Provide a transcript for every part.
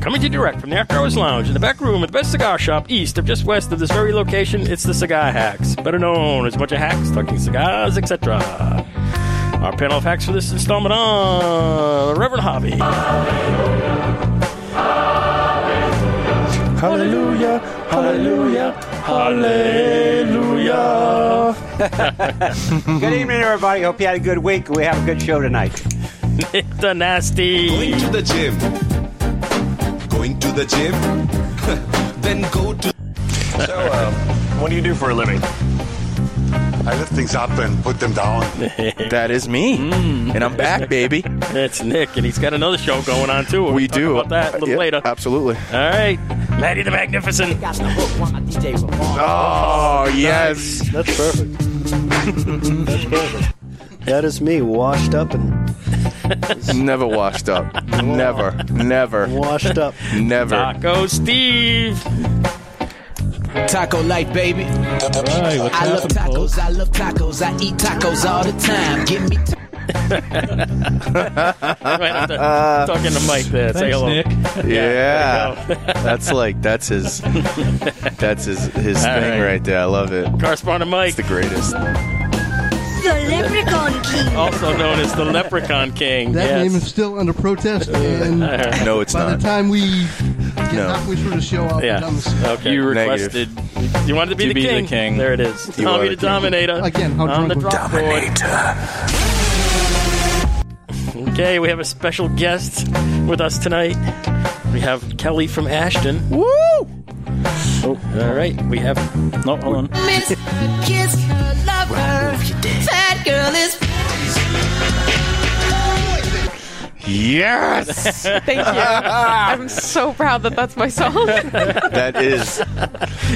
Coming to you direct from the After Hours Lounge in the back room of the best cigar shop east of just west of this very location, it's the Cigar Hacks, better known as a bunch of hacks talking cigars, etc. Our panel of hacks for this installment are Reverend Hobby, Hallelujah, hallelujah, hallelujah. Good evening, everybody. Hope you had a good week. We have a good show tonight. Nick the Nasty, Going to the gym. Going to the gym. then go to. So, um, what do you do for a living? I lift things up and put them down. That is me. Mm. And I'm back, baby. that's Nick, and he's got another show going on too. We'll We talk do. about that a little Yeah, later. Absolutely. All right, Maddie the Magnificent. Oh, yes. That's perfect. That's perfect. That is me, washed up and Never washed up. Never. Never. washed up. Never. Taco Steve. Taco life, baby. Right, what's I love tacos. I love tacos. I eat tacos all the time. Give me. T- Right up there. talking to Mike there. Say hello. Yeah. That's like that's his that's his his All thing right. right there. I love it. Correspondent Mike, It's the greatest. The Leprechaun King. also known as the Leprechaun King. That yes. name is still under protest, and No, it's by the not. time we get No. halfway through the show, I'll be yeah. done. with it. Okay. You Negative. requested. You wanted to be, To the, be the king. king. There it is. You are Tommy the the king. Dominator. Again, how on drunk the was- drop board. Okay, we have a special guest with us tonight. We have Kelly from Ashton. Woo! Oh, all right. We have No, hold on. Miss, kiss, love her. Fat girl is. Yes. Thank you. I'm so proud that that's my song. that is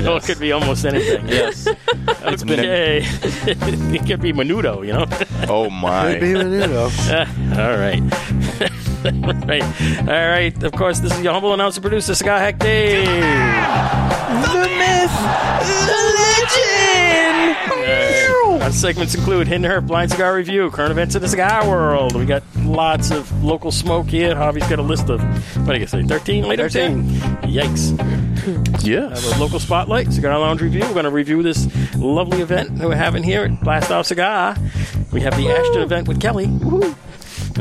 oh, it could be almost anything. Yes, it's been- okay. it could be menudo, you know. oh my. All right. right. All right. Of course, this is your humble announcer producer, Scott Hack Dave. The myth, the legend. Our segments include Hidden Her Blind Cigar Review, current events in the cigar world. We got lots of local smoke here. Hobby's got a list of, what do you say, 13 later? 13. Yikes. Yes. Have a local spotlight, cigar lounge review. We're going to review this lovely event that we're having here at Blast Off Cigar. We have the Ashton event with Kelly.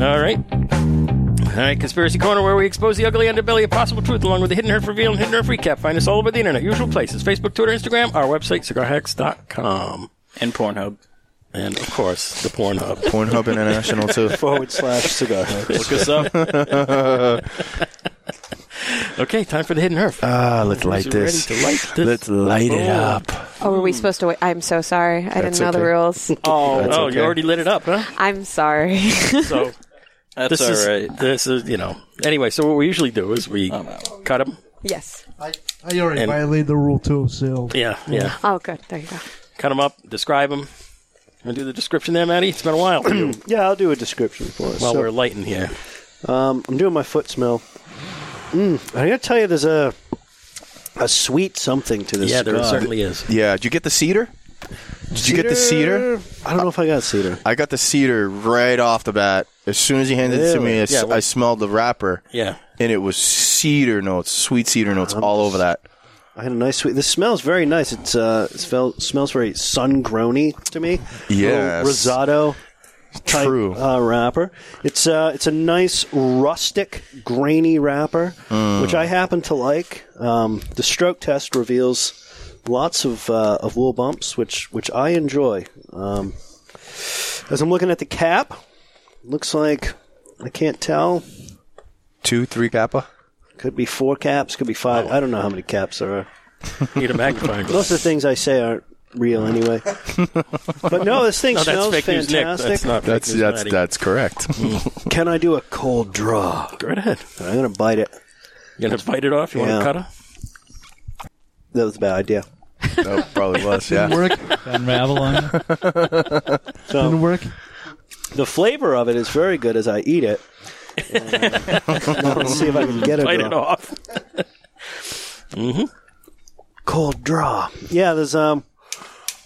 All right. All right, Conspiracy Corner, where we expose the ugly underbelly of possible truth, along with the hidden earth reveal and hidden earth recap. Find us all over the internet, usual places Facebook, Twitter, Instagram, our website, cigarhacks.com. And Pornhub. And of course, the Pornhub. Pornhub International too. Forward slash cigar. Look us up. Okay, time for the hidden earth. Ah, let's light Who's ready this. to light this? Let's light it Oh. up. oh, were we supposed to wait? I'm so sorry. I That's didn't know the okay. rules. oh, That's oh okay. you already lit it up, huh? I'm sorry. So That's this all is right. this is you know. Anyway, so what we usually do is we Um, cut them. yes. I, I already And- violated the rule too, so Yeah, yeah. Oh, good. There you go. cut them up, describe them. And do the description there, Matty. It's been a while for you Yeah, I'll do a description for us. while So, we're lighting here. um, I'm doing my foot smell. Mm, I gotta tell you, there's a a sweet something to this. Yeah, there cigar. certainly is. Yeah, did you get the cedar? Did you get the cedar? I don't know if I got cedar. I got the cedar right off the bat. As soon as he handed it to me, I, s- Yeah, well- I smelled the wrapper. Yeah. And it was cedar notes, sweet cedar notes all over that. I had a nice sweet. This smells very nice. It's uh, it smell, smells very sun growny to me. Little Yes. risotto. type, True. uh, wrapper. It's uh, it's a nice rustic, grainy wrapper, which I happen to like. Um, the stroke test reveals lots of uh, of wool bumps, which which I enjoy. Um, as I'm looking at the cap, looks like I can't tell. Two, three kappa. Could be four caps, could be five. I don't know how many caps there are. Need a magnifying glass. Most of the things I say aren't real anyway. but no, this thing No, that's smells fake news, Nick. fantastic. That's not fake That's news, that's Matty. that's correct. Can I do a cold draw? Go right ahead. I'm gonna bite it. You gonna bite it off? You want Yeah. to cut it? That was a bad idea. that probably was, yeah. work didn't So work. the flavor of it is very good as I eat it. uh, Um, now let's see if I can get it. Bite it off. cold draw. Yeah, there's um,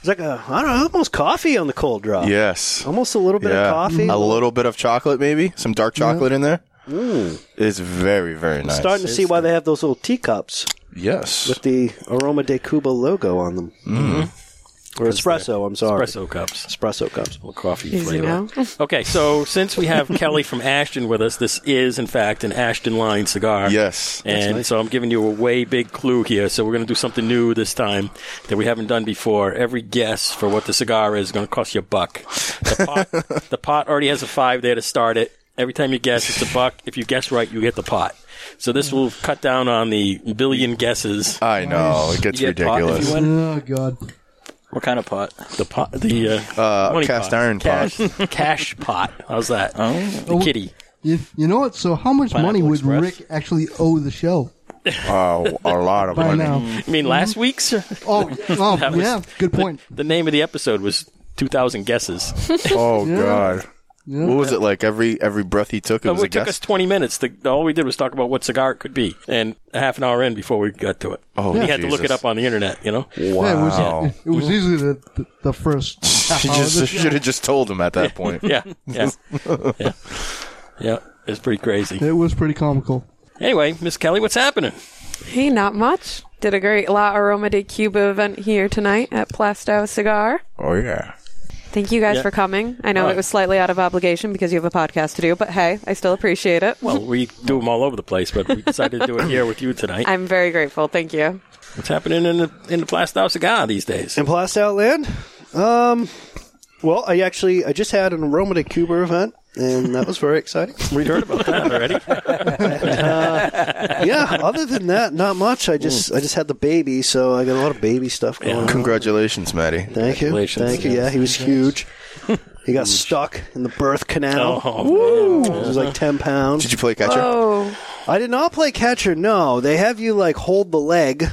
there's like a I don't know, almost coffee on the cold draw. Yes. almost a little bit Yeah. of coffee. A little bit of chocolate, maybe some dark chocolate in there. It's very, very I'm nice. starting to see why they have those little teacups Yes. with the Aroma de Cuba logo on them. Or espresso, I'm sorry. Espresso cups. Espresso cups. Well, coffee Easy flavor. Okay, so since we have Kelly from Ashton with us, this is in fact an Ashton line cigar. Yes. and That's nice. so I'm giving you a way big clue here. So we're going to do something new this time that we haven't done before. Every guess for what the cigar is going to cost you a buck. The pot, the pot already has a five there to start it. Every time you guess, it's a buck. If you guess right, you get the pot. So this will cut down on the billion guesses. I know it gets You get pot if you ridiculous. win. Oh God. What kind of pot? The pot, the uh, Uh, money cast iron cash, cash pot. How's that? The Oh. kitty. You, you know what? So how much Pineapple money would Express. Rick actually owe the show? Oh, a lot of By money. now. You mean last week's? Oh, oh, That was- yeah. Good point. The, name of the episode was 2,000 guesses. Oh Yeah. God. Yeah. What was it like? Every every breath he took, it It was a took us guess. 20 minutes. To, all we did was talk about what cigar it could be, and a half an hour in before we got to it. Oh, we had to Jesus. look it up on the internet, you know? Yeah, it was, Wow. it, it was easily the, the, the first. half She hour of the just show. should have just told him at that point. Yeah, yeah, yeah. yeah. It's pretty crazy. It was pretty comical. Anyway, Miss Kelly, what's happening? Hey, not much. Did a great La Aroma de Cuba event here tonight at Plastow Cigar. Oh yeah. Thank you guys Yeah. for coming. I know Oh. it was slightly out of obligation because you have a podcast to do, but hey, I still appreciate it. Well, we do them all over the place, but we decided to do it here with you tonight. I'm very grateful. Thank you. What's happening in the in the Plastow cigar these days? In Plastow Land? Um, well, I actually I just had an Aroma de Cuba event, and that was very exciting. We heard about that already. yeah. Other than that, not much. I just I just had the baby, so I got a lot of baby stuff going. on. Congratulations, Maddie. Thank you. Congratulations. Thank you. Yeah, he was huge. He got stuck in the birth canal. Oh, Woo! It was like ten pounds. Did you play catcher? Oh, I did not play catcher. No, they have you like hold the leg,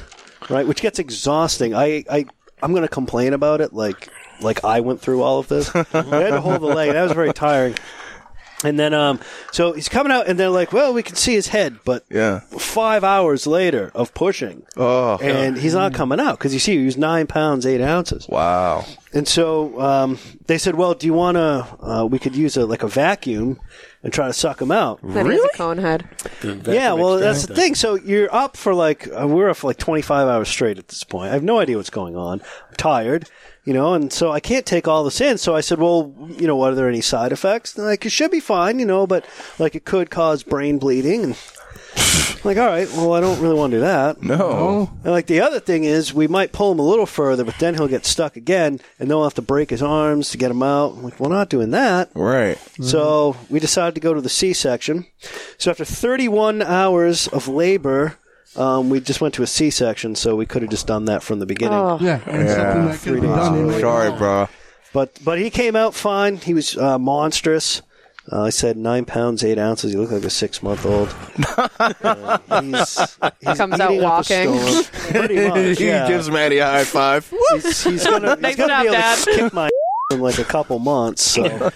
right? Which gets exhausting. I, I, I'm going to complain about it. Like, like I went through all of this. I had to hold the leg. That was very tiring. And then, um, so he's coming out, and they're like, "Well, we can see his head," but Yeah. five hours later of pushing, Oh. and he's not coming out because you see he was nine pounds eight ounces. Wow. And so um, they said, "Well, do you want to? Uh, we could use a like a vacuum and try to suck him out." that is a cone head. yeah, well, that's the thing. So you're up for like uh, we're up for like 25 hours straight at this point. I have no idea what's going on. I'm tired, you know, and so I can't take all this in. So I said, well, you know, what are there any side effects? And like it should be fine, you know, but like it could cause brain bleeding. And I'm like, all right, well, I don't really want to do that. No. And like the other thing is, we might pull him a little further, but then he'll get stuck again, and then we'll have to break his arms to get him out. I'm like, we're not doing that. Right. So we decided to go to the C section. So after 31 hours of labor, um, we just went to a C section, so we could have just done that from the beginning. Oh, Yeah, and something that could have been done. in like- Sorry, bro. But but he came out fine. He was uh, monstrous. Uh, I said nine pounds eight ounces. He looked like a six month old. he's, he's Comes out eating up a walking. storm. Pretty much. he Yeah. gives Maddie a high five. he's, he's gonna, he's Nice gonna be able job, to kick my in like a couple months. So.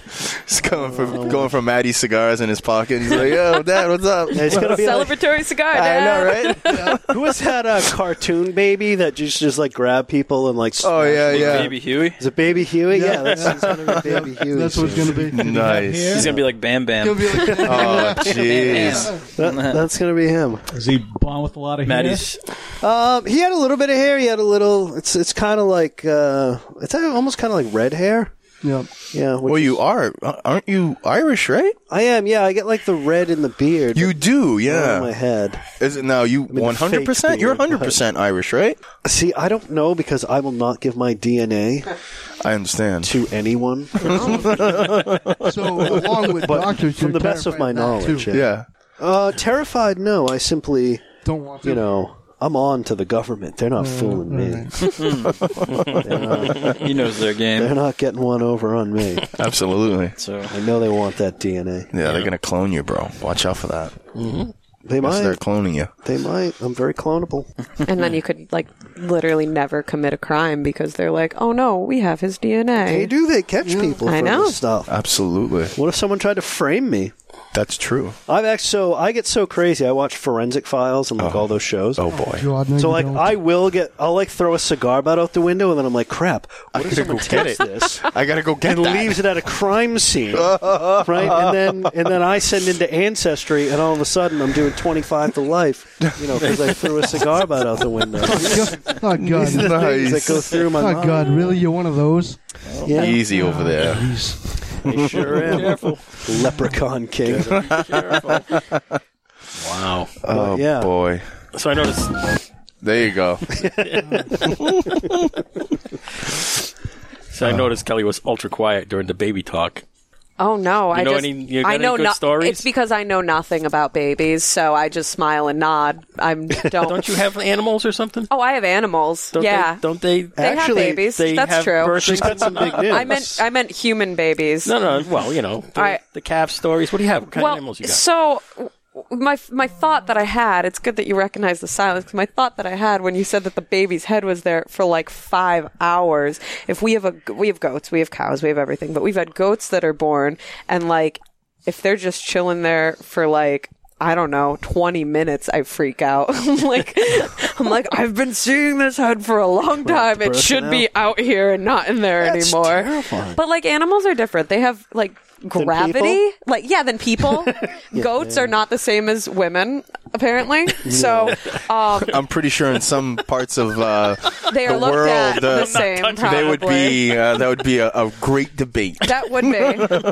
He's coming from going from Maddie's cigars in his pocket. He's like, "Yo, Dad, what's up?" It's gonna be like, celebratory cigar. I Dad. know, right? Who was that uh, cartoon baby that just just like grab people and like? Oh yeah, yeah. Baby Huey. Is it Baby Huey? Yeah, Yeah. that's, that's gonna be Baby Huey. That's what it's going to be. Nice. He's gonna be like Bam It'll Bam. be like, Oh jeez. That- that's gonna be him. Is he blonde with a lot of hair? Maddie's Um, he had a little bit of hair. He had a little. It's it's kind of like uh, it's almost kind of like red hair. yeah. Yeah. which Well, is- you are, uh, aren't you Irish, right? I am. Yeah, I get like the red in the beard. You do, on Oh, my yeah. head. Is it now? You the one hundred percent. fake You're beard, but- hundred percent Irish, right? See, I don't know because I will not give my DNA I understand. to anyone. So along with doctors, from you're the best of terrified my of that, knowledge, too. yeah. Yeah. Uh, terrified? No, I simply, Don't want to. you know, I'm on to the government. They're Mm, not fooling me. he knows their They're game. not getting one over on me. Absolutely. So I know they want that DNA. Yeah, they're gonna clone you, bro. Watch out for that. They Yes, they're Mm-hmm. might. cloning you. They might. I'm very clonable. And then you could like literally never commit a crime because they're like, oh no, we have his DNA. They do. They catch people I for know. this stuff. Absolutely. What if someone tried to frame me? That's true. I've actually so I get so crazy. I watch Forensic Files and like all those shows. Oh boy! God, no, so you like don't. I will get I'll like throw a cigar butt out the window and then I'm like crap. What I if gotta go someone get takes it. this? I gotta go get and that. leaves it at a crime scene, right? And then and then I send into ancestry and all of a sudden I'm doing 25 to life, you know, because I threw a cigar butt out the window. Oh, God. These things that go through my oh, mind. God, really? You're one of those? Yeah. Easy over there. I sure am. Careful. Leprechaun king. wow. But, Oh yeah. boy. So I noticed. There you go. So I noticed Kelly was ultra quiet during the baby talk. Oh no! You I know just any- you got I any know good not- stories? It's because I know nothing about babies, so I just smile and nod. I'm don't. Don't you have animals or something? Oh, I have animals. Don't yeah, They, don't they? They have babies. They That's have true. birth- I meant I meant human babies. No, no. Well, you know, the, All right. the calf stories. What do you have? What kind well, of animals you got? So w- my my thought that I had, it's good that you recognize the silence. 'cause my thought that I had when you said that the baby's head was there for like 5 hours. If we have a we have goats, we have cows, we have everything, but we've had goats that are born and like if they're just chilling there for like I don't know, 20 minutes I freak out. I'm like I'm like I've been seeing this head for a long time. It birth should it be out here and not in there That's anymore. terrifying. But like animals are different. They have like gravity. Like yeah, than people. Goats are not the same as women, apparently. So um, I'm pretty sure in some parts of uh, They are the looked world, at the uh, same, They would be probably. uh, that would be a, a great debate. that would be.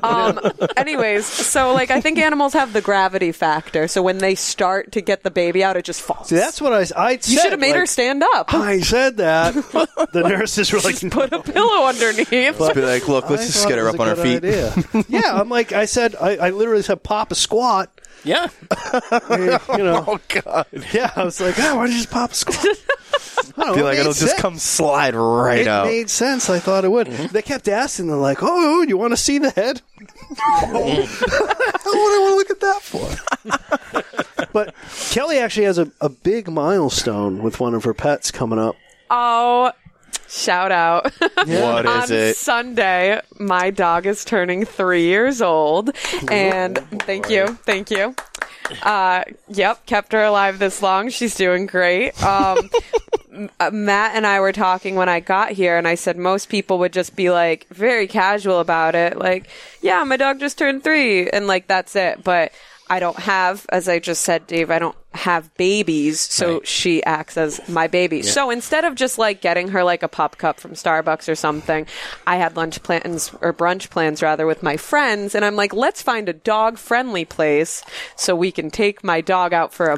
Um, anyways, so like I think animals have the gravity factor. So when they start to get the baby out, it just falls. See, that's what I, I you should have made her stand up. I said that. The nurses were like, Put a pillow underneath. Let's be like, look, let's I just thought get it her was up on a her good feet. idea. yeah, I'm like, I said, I, I literally said, pop a squat. Yeah. you know. Oh, God. Yeah, I was like, oh, why did you just pop a squat? I don't know, Be it like, made it'll just sense. come slide right it out. made sense. I thought it would. They kept asking, they're like, oh, you want to see the head? What do I want to look at that for? but Kelly actually has a, a big milestone with one of her pets coming up. Oh, shout out. What On is it? Sunday, my dog is turning three years old. And thank you. Thank you. Uh, yep, kept her alive this long. She's doing great. Um, M- uh, Matt and I were talking when I got here, and I said most people would just be like very casual about it, like, yeah, my dog just turned three, and like that's it. But I don't have, as I just said, Dave, I don't have babies, so she acts as my baby. So instead of just like getting her like a pop cup from Starbucks or something, I had lunch plans or brunch plans rather with my friends, and I'm like, let's find a dog friendly place so we can take my dog out for a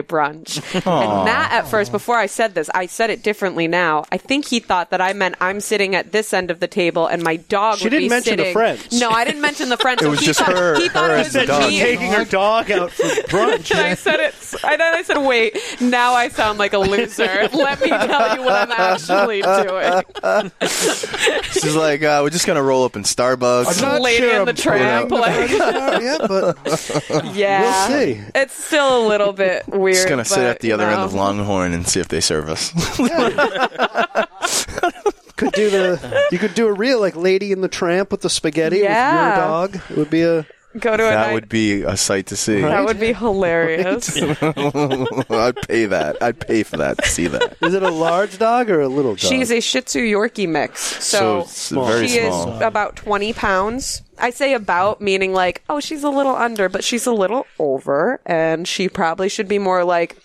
brunch. Aw. and Matt at first before I said this. I said it differently now. I think he thought that I meant I'm sitting at this end of the table and my dog. She would didn't be mention the sitting- friends. No, I didn't mention the friends. It so was he just thought, her- He thought her and it was the dog. me. Taking her dog out for brunch. and I said it. And then I said, "Wait, now I sound like a loser. Let me tell you what I'm actually doing." She's like, uh, we're just gonna roll up in Starbucks. I'm not Lady sure in the I'm tramp, pulling out. like- yeah, but Yeah, we'll see. It's still a little bit weird. Just gonna sit but at the other end no. of Longhorn and see if they serve us. could do the you could do a real like Lady in the Tramp with the spaghetti Yeah. with your dog. It would be a Go to a that night- would be a sight to see. That would be hilarious. I'd pay that. I'd pay for that to see that. Is it a large dog or a little dog? She's a Shih Tzu Yorkie mix, So so, it's very she small. is about twenty pounds. I say about, meaning like, oh, she's a little under, but she's a little over, and she probably should be more like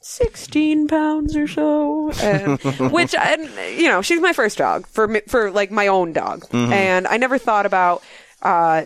sixteen pounds or so. And, which, and you know, she's my first dog for me- for like my own dog, Mhm. Mm-hmm. and I never thought about. uh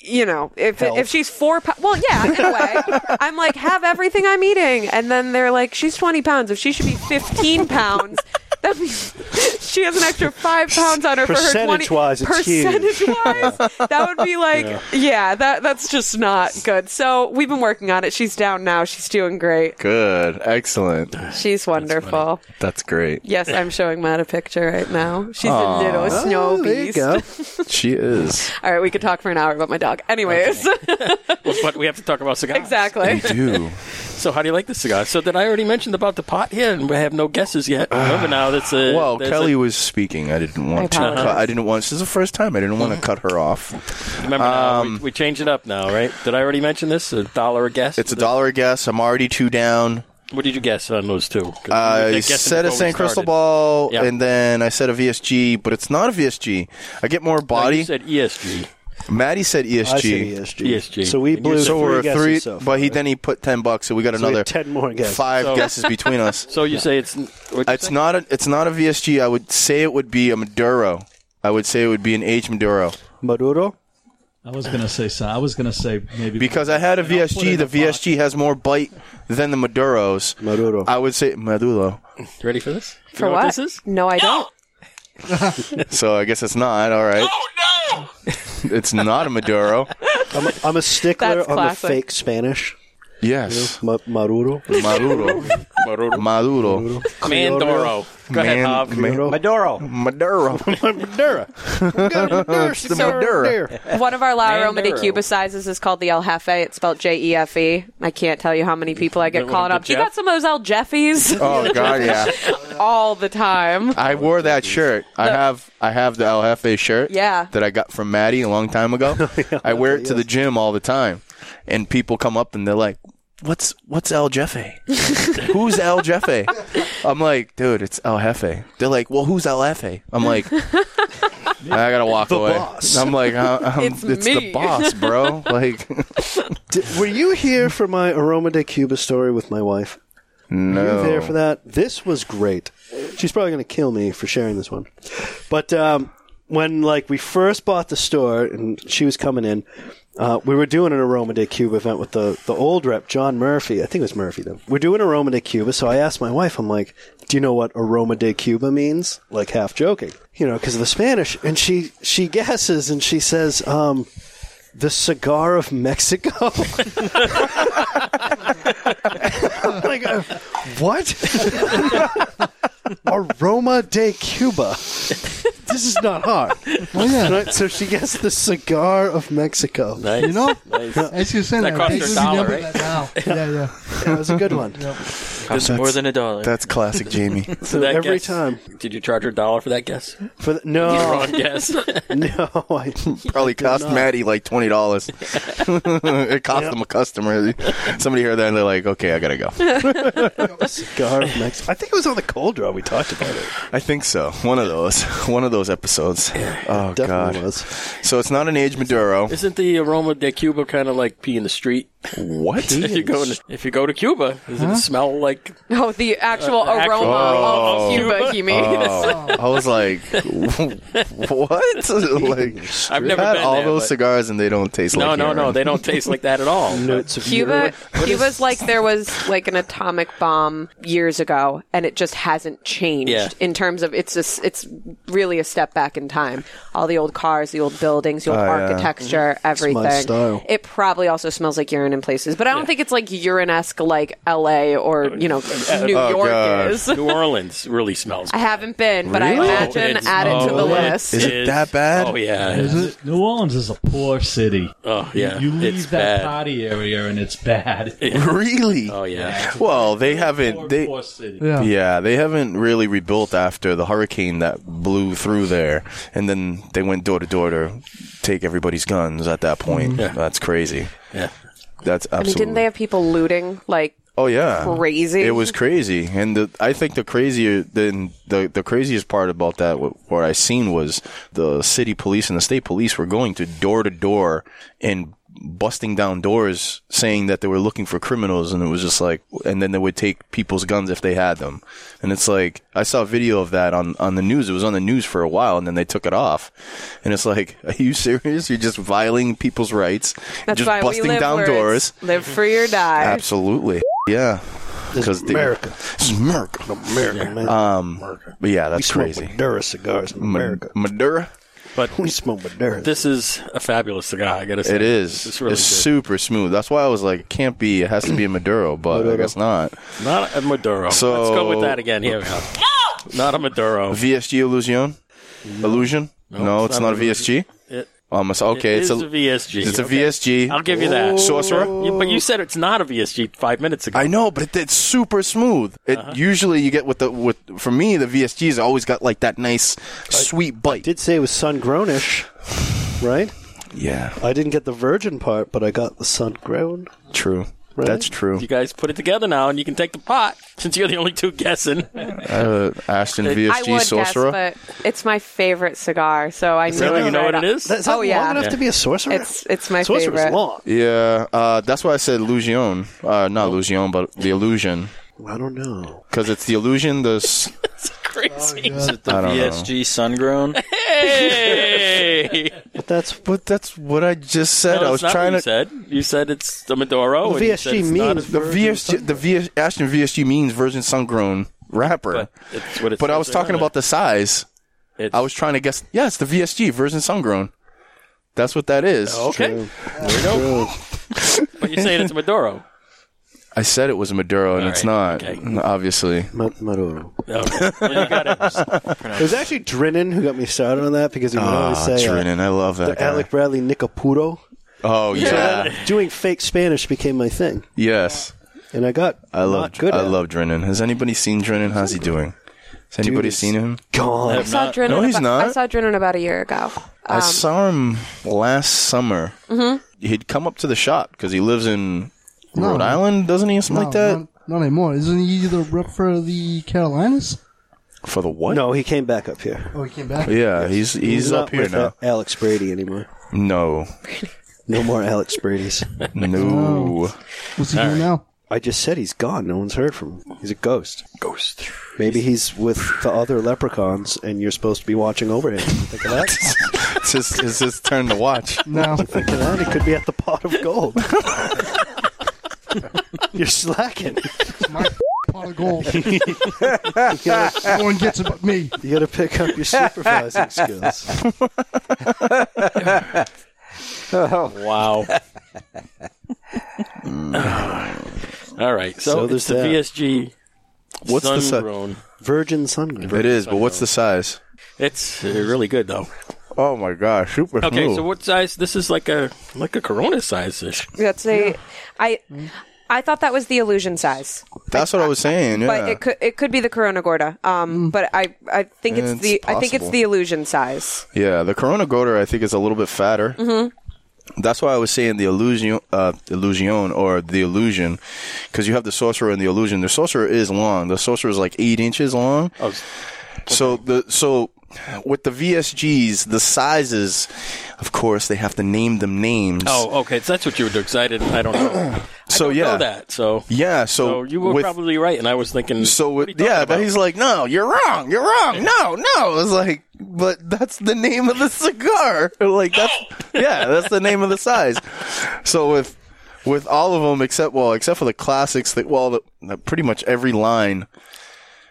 you know, if Health. if she's four pounds, well, yeah, in a way, I'm like have everything I'm eating, and then they're like, she's 20 pounds. If she should be 15 pounds, that means she has an extra five pounds on her for her 20. Percentage-wise, it's huge. Percentage-wise, that would be like, Yeah. yeah. that that's just not good. So we've been working on it. She's down now. She's doing great. Good. Excellent. She's wonderful. That's great. Yes, I'm showing Matt a picture right now. She's Aw. a little snow Oh, there you beast. go. She is. All right, we could talk for an hour about my dog. Anyways, but we have to talk about cigars. Exactly. We do. so how do you like the cigar? So did I already mention about the pot here? And we have no guesses yet. Remember now, that's a well, there's Kelly a- was speaking, I didn't want I to. Cut, apologize. I didn't want. This is the first time I didn't want to cut her off. Remember, now, um, we, we changed it up now, right? Did I already mention this? A dollar a guess. It's a dollar a guess. I'm already two down. What did you guess on those two? 'Cause we I were guessing Uh, said a before we San Cristobal, started. ball, Yeah. and then I said a VSG, but it's not a VSG. I get more No, body. Oh, you said E ESG. Maddie said E ESG. I said E ESG. ESG. So we And you blew said- so three we're guesses three, so but he then he put ten bucks, so we got So we another had 10 more guesses. Five So- guesses between us. So you say it's it's not a it's not a VSG. I would say it would be a Maduro. I would say it would be an aged Maduro. Maduro. I was gonna say so. I was gonna say maybe Because I had a VSG, the VSG has more bite than the Maduros. Maduro. I would say Maduro. You ready for this? You For know what? this is? No, I don't. so I guess it's not. All right. Oh, no! it's not a Maduro. I'm a, I'm a stickler That's on the classic. fake Spanish. Yes. Ma- Maduro. Maduro. Maduro. Maduro. Ah, Mandoro. Go ahead, Bob. Maduro. Maduro. Maduro. It's the Maduro. One of our La Roma de Mandaro. Cuba sizes is called the El Jefe. It's spelled J E F E. I can't tell you how many people I get That calling one, up. the You Jeff? got some of those El Jeffies? Oh, God, yeah. All the time. I wore that shirt. I have I have the El Jefe shirt. Yeah. That I got from Maddie a long time ago. I wear it to the gym all the time, and people come up and they're like, "What's what's El Jefe? who's El Jefe?" I'm like, "Dude, it's El Jefe." They're like, "Well, who's El Jefe?" I'm like, "I gotta walk away." boss. I'm like, "Huh? I'm- It's "It's, me." the boss, bro." Like, Did, were you here for my Aroma de Cuba story with my wife? no. Were you there for that? This was great. She's probably going to kill me for sharing this one. But um, when like we first bought the store and she was coming in, uh, we were doing an Aroma de Cuba event with the the old rep John Murphy. I think it was Murphy though. We're doing Aroma de Cuba, so I asked my wife. I'm like, "Do you know what Aroma de Cuba means?" Like half joking, you know, because of the Spanish. And she she guesses and she says. Um, the cigar of Mexico. I'm like, uh, what? Aroma de Cuba. This is not hard. Well, yeah. Right, so she gets the cigar of Mexico. Nice. You know, as you said, That I cost think her a we dollar, remember right? that now. Yeah, yeah. that was a good one. Costs more than a dollar. That's classic, Jamie. So that every time. Did you charge her a dollar for that guess? For the, no, You wrong guess. no, I Probably did cost not. Maddie like twenty dollars. it cost him a customer. Somebody heard that and they're like, "Okay, I gotta go." cigar of Mexico. I think it was on the cold draw we talked about it. I think so. One of those. One of those episodes. Oh God. So it's not an age Maduro. Isn't the aroma de Cuba kind of like pee in the street? What? if you go in, if you go to Cuba, does it smell like? No, Oh, the actual Uh, actual- aroma Oh. of Cuba, he means. Oh. I was like, what? like, I've never had been all there, those but- cigars and they don't taste No, like no, no, urine. they don't taste like that at all. Notes of Cuba, Cuba's like there was like an atomic bomb years ago, and it just hasn't changed Yeah. in terms of it's just it's really a step back in time. All the old cars, the old buildings, the old Oh, yeah. architecture, everything. style. It probably also smells like urine in places, but I don't think it's like urine-esque like L.A. or you know New Oh, York God. is. New Orleans really smells. I haven't been, but Oh, Really? I imagine It's- add it to the oh, it list. Is it that bad? Oh yeah. Is it? New Orleans is a poor city. Oh yeah. You, you leave It's that bad. party area and it's bad. Really? Oh yeah. Well, they haven't. They poor city. yeah. they haven't really rebuilt after the hurricane that blew through there, and then they went door to door to take everybody's guns. At that point, that's crazy. Yeah, that's I mean, absolutely. didn't they have people looting like? Oh yeah, Crazy. It was crazy, and the, I think the crazier than the the craziest part about that, wh- what I seen was the city police and the state police were going to door to door and busting down doors, saying that they were looking for criminals, and it was just like, and then they would take people's guns if they had them, and it's like I saw a video of that on on the news. It was on the news for a while, and then they took it off, and it's like, are you serious? You're just violating people's rights, That's just why busting we live down where doors. it's Live free or die. Absolutely. Yeah. Because America. This is America. America, man. Um, But yeah, that's smoke crazy. Maduro cigars in Ma- America. Maduro. But we smoke Maduro. This is a fabulous cigar. I gotta say, It is. It's It's, really good. super smooth. That's why I was like, it can't be. It has to be a Maduro, but I Maduro. guess not. Not a Maduro. So- Let's go with that again. Here we go. Not a Maduro. VSG Illusion? Illusion? No, it's, not, a VSG. It Um, it's- okay, It it's is a, a VSG. It's a Okay. VSG. I'll give you that. Oh. Sorcerer. Yeah, but you said it's not a VSG five minutes ago. I know, but it, it's super smooth. It Uh-huh. usually you get with the with for me the VSG's always got like that nice sweet bite. did say it was sun grownish, right? Yeah. I didn't get the virgin part, but I got the sun grown. True. Right? That's true. You guys put it together now, and you can take the pot since you're the only two guessing. Uh, Ashton VSG I would sorcerer. guess, but it's my favorite cigar, so I Is know that- it you know right what it off- is? Is that oh yeah, long enough to be a sorcerer? It's it's my Sorcerer's favorite. long. yeah, uh, that's why I said illusion. Uh, not illusion, but the illusion. I don't know. Because it's the illusion. The s- Crazy. Oh, The I don't know. VSG sun grown. hey. But that's but that's what I just said. No, I that's was not trying what to you said you said it's the Oh, Maduro. and you said it's not a- the VSG. The VS, Ashton VSG means Virgin Sun Grown Rapper. But, it's what it I says was right talking on about it. the size. I was trying to guess. Yeah, it's the VSG Virgin Sun Grown. That's what that is. Okay. There we go. but you're saying it's a Maduro. I said it was Maduro, and it's not. Obviously, Ah, Maduro. Okay. Well, you got it. It was actually Drinnen who got me started on that because he would always Ah, say, uh, Drinnen, I love that the guy. Alec Bradley Nicapuro. Oh So yeah. then doing fake Spanish became my thing, Yes. and I got I love. not good. I at it. love Drinnen. Has anybody seen Drinnen? How's he doing? Has anybody Dude, seen him? Gone. I saw Drinnen. Uh, No, he's about, not. I saw Drinnen about a year ago. I saw him last summer. Mhm. He'd come up to the shop because he lives in Rhode Island, doesn't he? or Something like that. Not, not anymore. Isn't he the rep for the Carolinas? For the what? No, he came back up here. Oh, he came back. Yeah, he's he's, not up here with, now. uh, Alex Brady anymore. No. No more Alex Brady's. No. What's he doing now? I just said he's gone. No one's heard from him. He's a ghost. Ghost. Maybe he's with the other leprechauns, and you're supposed to be watching over him. Think of that. it's, his, it's his turn to watch. No. Think of that. He could be at the pot of gold. you're slacking. Pot of gold. no one gets about me. You got to pick up your supervising skills. Wow. All right. So, So it's there's the that. VSG. What's the si- Sungrown. Virgin sungrown. It is, but what's the size? It's uh, really good though. Oh my gosh, super Okay, smooth. so what size? This is like a like a Corona size ish. That's a I Hmm? I thought that was the illusion size. That's what I was saying. Yeah. Mm. But it could it could be the Corona Gorda. Um, but I I think it's, It's the I think it's possible. the illusion size. yeah, the Corona Gorder I think is a little bit fatter. hmm That's why I was saying the illusion, uh, illusion or the illusion, because you have the sorcerer and the illusion. The sorcerer is long. The sorcerer is like eight inches long. Oh, So the so with the VSGs, the sizes, of course, they have to name them names. Oh, okay. So that's what you were excited. I don't know. so I don't yeah, know that. So yeah. So, so you were with- probably right, and I was thinking. so with- yeah. But he's like, no, you're wrong. You're wrong. No, no. It was like, but that's the name of the cigar. Like that's yeah, that's the name of the size. So with with all of them except well, except for the classics, that well, the, the, pretty much every line.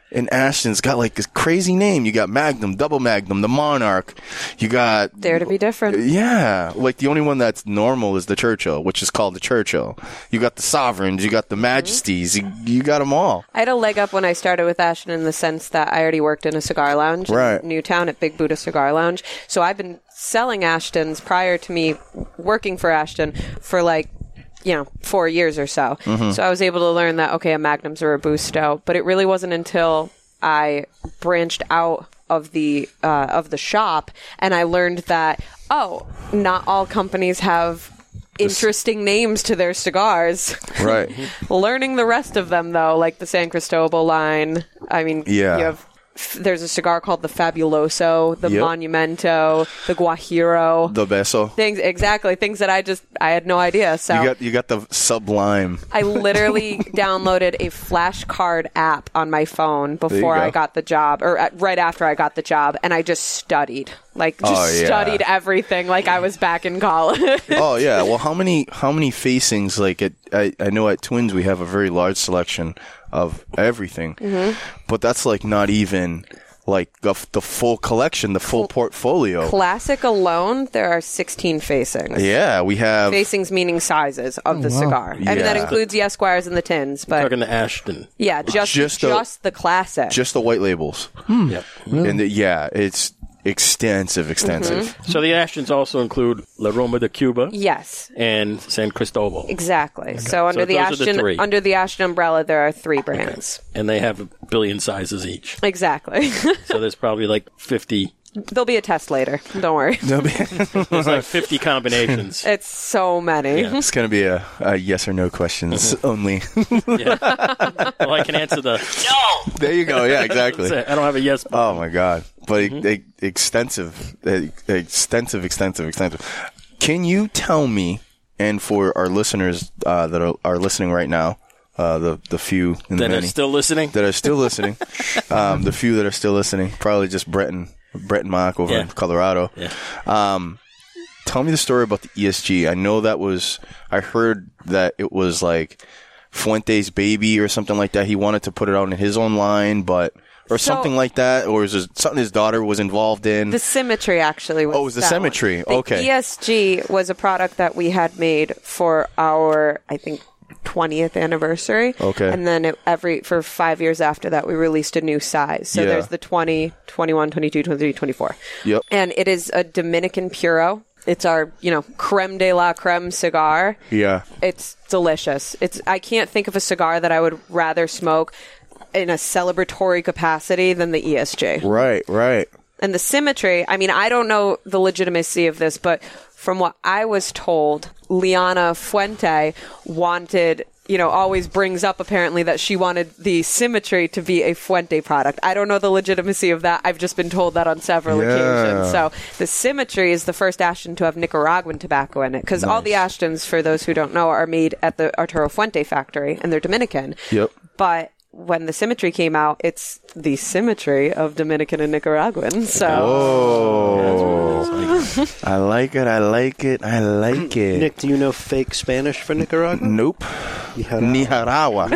in Ashton's got like this crazy name. You got Magnum, Double Magnum, the Monarch. You got Dare to be different. yeah, like the only one that's normal is the Churchill, which is called the Churchill. You got the Sovereigns, you got the Majesties, you, you got them all. I had a leg up when I started with Ashton in the sense that I already worked in a cigar lounge Right. in Newtown at Big Buddha Cigar Lounge. So I've been selling Ashton's prior to me working for Ashton for like, you know, four years or so. Mhm. So I was able to learn that, okay, a Magnum's a Robusto, but it really wasn't until I branched out of the uh, of the shop and I learned that oh not all companies have interesting names to their cigars Right. Learning the rest of them though, like the San Cristobal line. I mean, Yeah. you have f- there's a cigar called the Fabuloso, the Yep. Monumento, the Guajiro. The Beso. things exactly things that I just I had no idea. So You got you got the Sublime. I literally downloaded a flashcard app on my phone you before I go. got the job, or uh, right after I got the job, and I just studied, like just Oh, yeah. studied everything, like I was back in college. oh yeah. Well, how many how many facings? Like at I, I know at Twins we have a very large selection of everything, Mhm. but that's like not even like the, f- the full collection, the full portfolio. Classic alone, there are 16 facings. yeah, we have facings meaning sizes of the Oh, wow. cigar. I mean, that Yeah. includes the Esquires and the tins, but talking to Ashton. yeah, just Just just, the- the classic. just the white labels. Yep. And the, yeah, it's extensive, extensive. So the actions also include La Roma de Cuba Yes. and San Cristobal, Exactly. So under So the those are the Ashton three. under the Ashton umbrella, there are three brands. and they have a billion sizes each. Exactly. So there's probably like 50. There'll be a test later. Don't worry. There's like 50 combinations. It's so many. It's gonna be a, a yes or no questions only. well, I can answer the no. There you go. Yeah, exactly. I don't have a yes. Oh my god! But Mm-hmm. e- e- extensive, e- extensive, extensive, extensive. Can you tell me, and for our listeners uh, that are, are listening right now, uh, the the few and the That are many still listening. that are still listening, um, the few that are still listening, probably just Brett and Brett and Mark over Yeah. in Colorado. Yeah. Um, tell me the story about the ESG. I know that was I heard that it was like Fuente's baby or something like that. He wanted to put it out in his own line, but or So- something like that, or is it something his daughter was involved in? The symmetry actually was. oh, it was the that one. cemetery. The Okay. ESG was a product that we had made for our, I think, 20th anniversary. Okay. And then it, every for five years after that, we released a new size. So Yeah. there's the 20, 21, 22, 23, 24. Yep. And it is a Dominican Puro. It's our, you know, creme de la creme cigar. Yeah. It's delicious. It's I can't think of a cigar that I would rather smoke in a celebratory capacity than the E ESG Right. Right. and the symmetry. I mean, I don't know the legitimacy of this, but from what I was told, Liana Fuente wanted, you know, always brings up apparently that she wanted the symmetry to be a Fuente product. I don't know the legitimacy of that. I've just been told that on several Yeah. occasions. So the symmetry is the first Ashton to have Nicaraguan tobacco in it because all the Ashtons, for those who don't know, are made at the Arturo Fuente factory and they're Dominican. Yep. But when the symmetry came out, it's the symmetry of Dominican and Nicaraguan. So, I like it. I like it. I like it. Nick, do you know fake Spanish for Nicaragua? Nope. Nicaragua.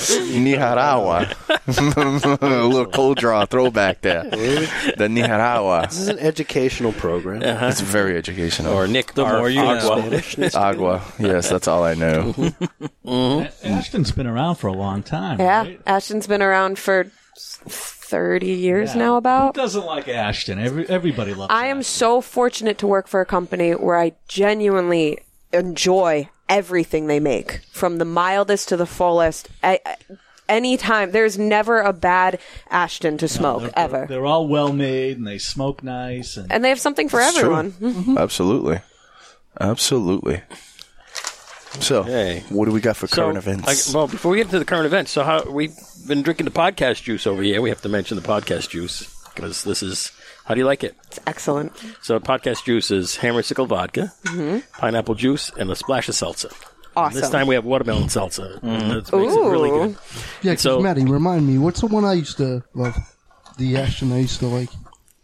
Nicaragua. A little cold draw throwback there. The Nicaragua. This is an educational program. It's very educational. Or Nick, the Ar- more you agua. know. Spanish. agua. Yes, that's all I know. Ashton's been around for a long time. yeah, Ashton's been around for 30 years now Who about. doesn't like Ashton? Every, everybody loves. I am so fortunate to work for a company where I genuinely enjoy everything they make, from the mildest to the fullest. I, I- anytime, there's never a bad Ashton to smoke, ever. They're all well made and they smoke nice. And, And they have something for It's true. everyone. Mhm. Absolutely. Absolutely. So, what do we got for current events? I- well, before we get to the current events, so how we've been drinking the podcast juice over here. We have to mention the podcast juice because this is how do you like it? It's excellent. So podcast juice is hammer sickle vodka, Mhm. pineapple juice, and a splash of seltzer. Awesome. This time we have watermelon seltzer. That makes it really good. Yeah, 'cause So- Maddie, remind me, what's the one I used to love? The Ashton I used to like.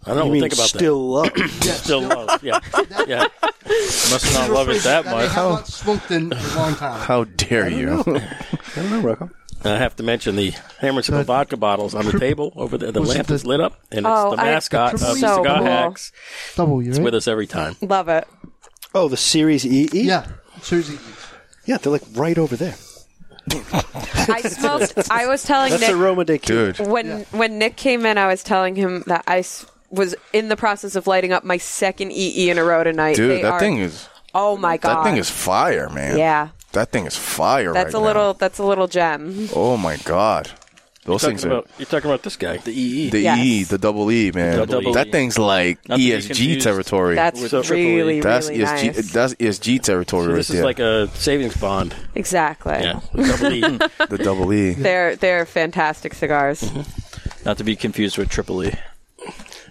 I don't You know. we'll mean think about still that. love. yeah, still love. Yeah, yeah. Must not love it that I much. have not smoked in a long time. How dare you? I don't know, Rocco. I have to mention the hammer sickle vodka bottles on the table over there. The was it lamp the- is lit up, and Oh, it's the I- mascot of So Cigar cool. Hacks. Double, It's with us every time. Love it. Oh, the Series EE? Yeah, E. Series EE. Yeah, they're like right over there. I smoked. I was telling That's Nick aroma de Cuba. when when Nick came in, I was telling him that I s- was in the process of lighting up my second EE in a row tonight. Dude, They that are- thing is Oh my god! that thing is fire, man. Yeah. That thing is fire right That's a now. little. That's a little gem. Oh my god. Those You're things talking are about- You're talking about this guy, the EE. the E, the double E, man. The double that E. thing's like Not to be ESG confused territory. That's with triple E. really, that's really ESG. nice. That's ESG territory right this there. is like a savings bond. Exactly. Yeah, double E. the double E. They're they're fantastic cigars. Mhm. Not to be confused with Triple E.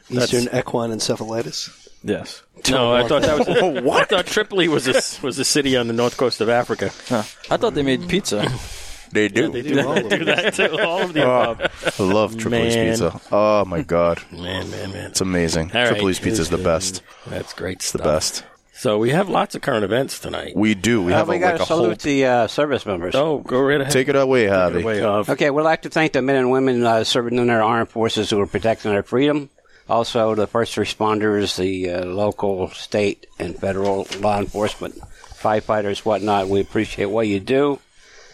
Eastern equine encephalitis. Yes. No, I thought that was Oh, I thought Tripoli was a was a city on the north coast of Africa. I thought they made pizza. They do. they do, all of that too. All of the Oh, above. I love Tripoli's Man. pizza. Oh my god. Man, man, man. It's amazing. All right. Tripoli's pizza is the best. That's great. It's the best. So we have lots of current events tonight. We do. We Uh, have we a, gotta like a whole. salute the uh, service members. Oh, go right ahead. Take it away, Javi. Okay, we'd like to thank the men and women uh, serving in our armed forces who are protecting our freedom. Also, the first responders, the uh, local, state, and federal law enforcement, firefighters, whatnot. We appreciate what you do.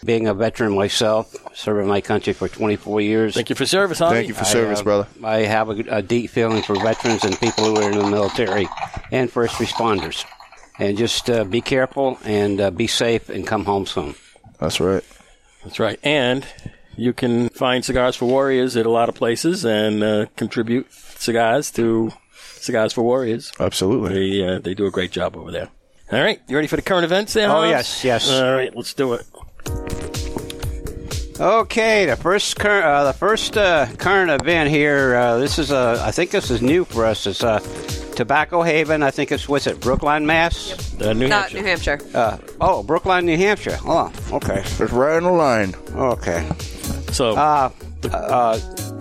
Being a veteran myself, serving my country for 24 years. Thank you for service, homie. Thank you for service, uh, brother. I have a, a deep feeling for veterans and people who are in the military and first responders. And just uh, be careful and uh, be safe and come home soon. That's right. That's right. And you can find Cigars for Warriors at a lot of places and uh, contribute cigars to Cigars for Warriors. Absolutely. They, uh, they do a great job over there. All right. You ready for the current events there? Oh, Hans? yes, yes. All right. Let's do it. Okay, the first cur- uh, the first uh, current event here. Uh, this is uh, I think this is new for us. It's uh, Tobacco Haven. I think it's what's it, Brookline, Mass. Not New Hampshire. Uh, oh, Brookline, New Hampshire. Oh, okay. It's right on the line. Okay. So. Uh, uh,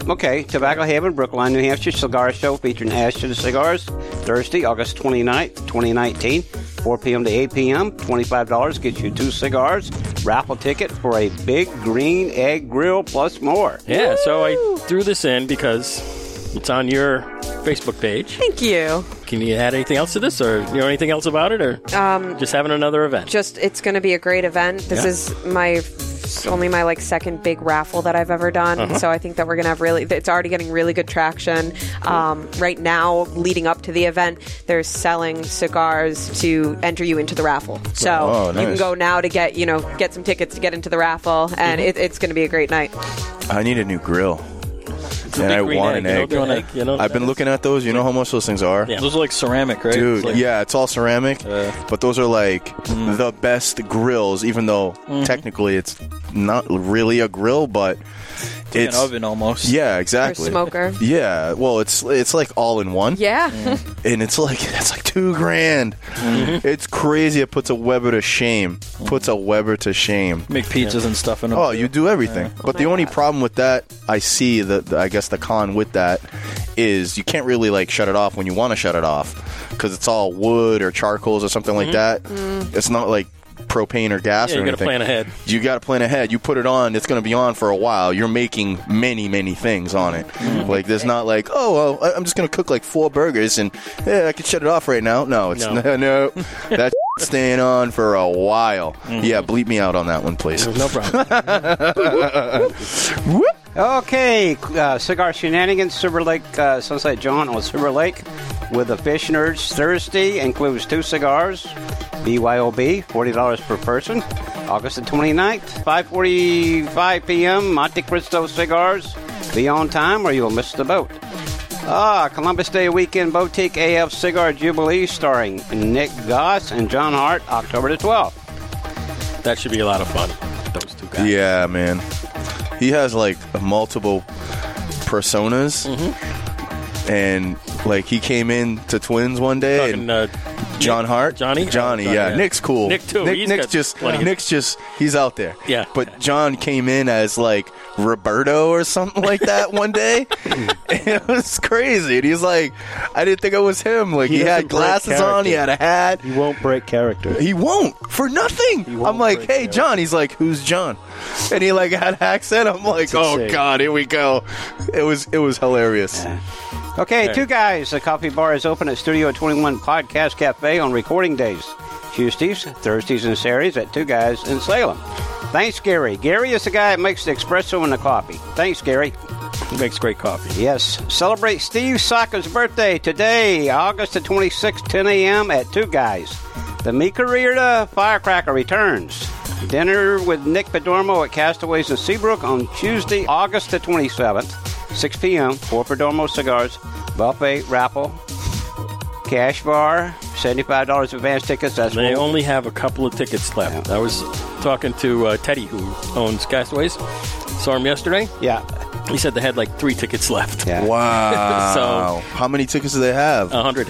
okay, Tobacco Haven, Brookline, New Hampshire Cigar Show featuring Ashton Cigars, Thursday, August 29th, 2019, 4 p.m. to 8 p.m. $25 gets you two cigars, raffle ticket for a big green egg grill plus more. Yeah, so I threw this in because it's on your Facebook page. Thank you. Can you add anything else to this, or you know anything else about it, or Um, just having another event? just it's going to be a great event. This Yeah. is my it's only my like second big raffle that I've ever done, Uh-huh. so I think that we're going to have really it's already getting really good traction. Um, right now, leading up to the event, they're selling cigars to enter you into the raffle. So Oh, you can nice. go now to get you know get some tickets to get into the raffle, and Mm-hmm. it, it's going to be a great night. I need a new grill. a and big I green want egg. an You don't egg. do an egg, you know? I've been looking at those. You know how much those things are? Those are like ceramic, right? Dude, It's like- Uh, mm. yeah, it's all ceramic, but those are like the best grills, even though Mhm. technically it's not really a grill, but like an it's oven almost. Yeah, exactly. smoker. Yeah, well, it's it's like all in one. Yeah. and it's like that's like two grand. Mm-hmm. It's crazy. It puts a Weber to shame. Puts a Weber to shame. Make pizzas and stuff in 'em, Oh, too. you do everything. But the only problem with that, I see that I guess the con with that is you can't really like shut it off when you want to shut it off because it's all wood or charcoals or something Mhm. like that. Mm. It's not like propane or gas Yeah, or you gotta anything. plan ahead. You got to plan ahead. You put it on, it's going to be on for a while. You're making many, many things on it. Mm-hmm. Like, there's not like, oh, well, I- I'm just going to cook like four burgers and yeah, I can shut it off right now. No, it's No. no, no. That's staying on for a while. Yeah, bleep me out on that one, please. Mm-hmm. No problem. Okay, uh, Cigar Shenanigans, Silver Lake, uh, Sunset John on Silver Lake with the Fish Nerds Thursday includes two cigars, BYOB, $40 per person. August the 29th, 5.45 p.m., Monte Cristo Cigars. Be on time or you'll miss the boat. Ah, Columbus Day Weekend Boutique AF Cigar Jubilee starring Nick Goss and John Hart, October the 12th. That should be a lot of fun. Those two guys. Yeah, man. He has like multiple personas. Mm-hmm. And like he came in to Twins one day and John Hart, uh, Johnny? Johnny, Oh, Johnny, yeah. yeah. Nick's cool. Nick, too. Nick, He's Nick's got just plenty of- Nick's just he's out there. Yeah. But John came in as like Roberto or something like that one day. and it was crazy. And he's like, I didn't think it was him. Like he, had doesn't break glasses on. He had a character. hat. He won't break character. He won't for nothing. I'm like, hey, John. He's like, who's John? And he like had an accent. I'm like, oh insane. god, here we go. It was it was hilarious. Okay, Yeah. two guys. The coffee bar is open at Studio 21 Podcast Cafe on recording days Tuesdays, Thursdays, and Saturdays at Two Guys in Salem. Thanks, Gary. Gary is the guy that makes the espresso and the coffee. Thanks, Gary. He makes great coffee. Yes. Celebrate Steve Socker's birthday today, August the 26th, 10 a.m. at Two Guys. The Mikarita Firecracker returns. Dinner with Nick Padormo at Castaways in Seabrook on Tuesday, August the 27th, 6 p.m. Four Padormo cigars, buffet, raffle, cash bar, $75 advance tickets. That's They what- only have a couple of tickets left. I was talking to uh, Teddy, who owns Castaways. Saw him yesterday. Yeah. He said they had like three tickets left. Wow. so How many tickets do they have? a hundred.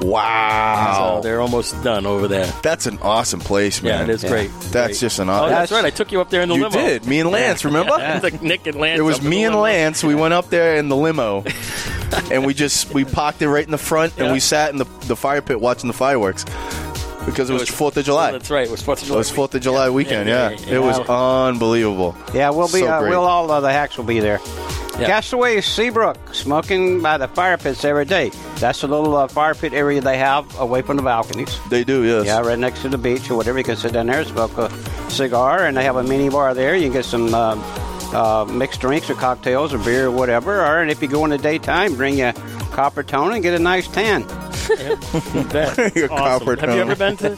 Wow. Oh. So they're almost done over there. That's an awesome place, Yeah, man. it is great. That's Great. just an Oh, awesome. that's right. I took you up there in the you limo. did. Me and Lance, Yeah. remember? Yeah. Like Nick and Lance. It was up in me the and limo. Lance. We went up there in the limo, and we just we parked it right in the front, and Yeah. we sat in the the fire pit watching the fireworks because it, was Fourth of July. Oh, that's right. It was Fourth of It July. was Fourth of July weekend. Yeah, yeah, yeah. it was unbelievable. Yeah, we'll be. So uh, great. we'll all uh, the hacks will be there. Castaway Seabrook smoking by the fire pits every day. That's the little uh, fire pit area they have away from the balconies. They do, yes. Yeah, right next to the beach or whatever. You can sit down there, smoke a cigar, and they have a mini bar there. You can get some uh, uh, mixed drinks or cocktails or beer or whatever. Or and if you go in the daytime, bring your copper tone and get a nice tan. That's Your awesome. copper Have you tone. ever been to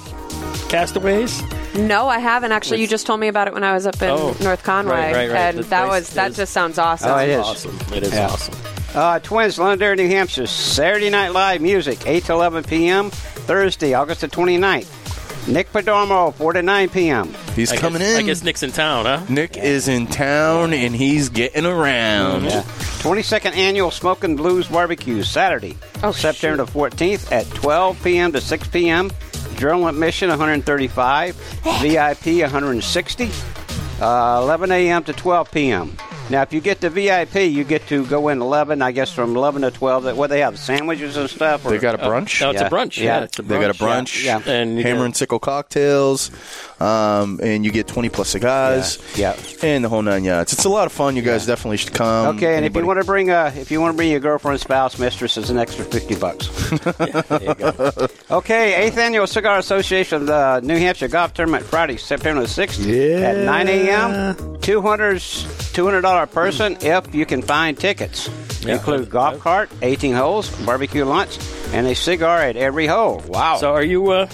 Castaways? No, I haven't actually. You just told me about it when I was up in Oh. North Conway, Right, right, right. and The that place was that is- just sounds awesome. Oh, it is. It is Yeah. awesome. Uh, Twins, Londonderry, New Hampshire, Saturday Night Live music, 8 to 11 p.m., Thursday, August the 29th. Nick Padomo, 4 to 9 p.m. He's I guess- coming I in. guess Nick's in town, huh? Nick is in town and he's getting around. 22nd Annual Smoking Blues Barbecue, Saturday, September the 14th at 12 p.m. to 6 p.m. Journal admission 135, VIP 160, uh, 11 a.m. to 12 p.m. Now, if you get the VIP, you get to go in 11, I guess from 11 to 12. That What they have, sandwiches and stuff? Or? They got a brunch. no, it's a brunch, Oh, yeah, it's a they got a brunch. brunch. Yeah, yeah. And And you hammer get- and sickle cocktails, um, and you get twenty plus cigars. Yeah. and the whole nine yards. It's a lot of fun. You guys definitely should Okay, come. and if you Anybody- want to bring uh, if you want to bring your girlfriend, spouse, mistress, it's an extra fifty bucks. okay, Eighth Annual Cigar Association of the New Hampshire Golf Tournament, Friday, September the sixth at nine a.m. 200 hundred dollar person if you can find tickets. Yeah. Include golf cart, eighteen holes, barbecue lunch, and a cigar at every hole. Wow! So are you uh,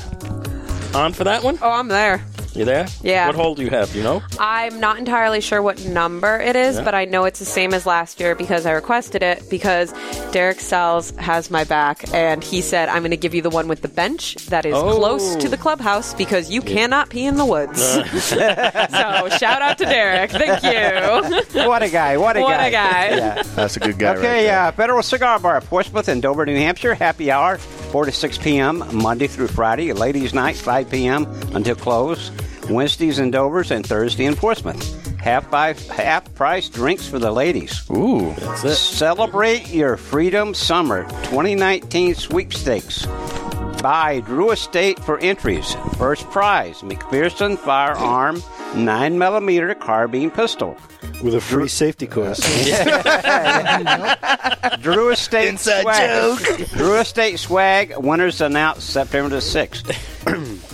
on for that one? Oh, I'm there. You there? Yeah. What hole do you have? do You know? I'm not entirely sure what number it is, Yeah. but I know it's the same as last year because I requested it because Derek Sells has my back and he said I'm going to give you the one with the bench that is Oh. close to the clubhouse because you cannot pee in the woods. so shout out to Derek. Thank you. What a guy! What a What guy! a guy. Yeah. That's a good guy. right Okay, uh, Federal Cigar Bar, Portsmouth and Dover, New Hampshire. Happy hour, 4 to 6 p.m., Monday through Friday. Ladies' night, 5 p.m. until close. Wednesdays in Dover's and Thursday in Portsmouth. Half, by, half price drinks for the ladies. Ooh. That's it. Celebrate your freedom summer 2019 sweepstakes. By Drew Estate for entries. First prize McPherson firearm 9mm carbine pistol. With a free safety course. Drew Estate Inside swag. Drew Estate swag. Winners announced September the sixth.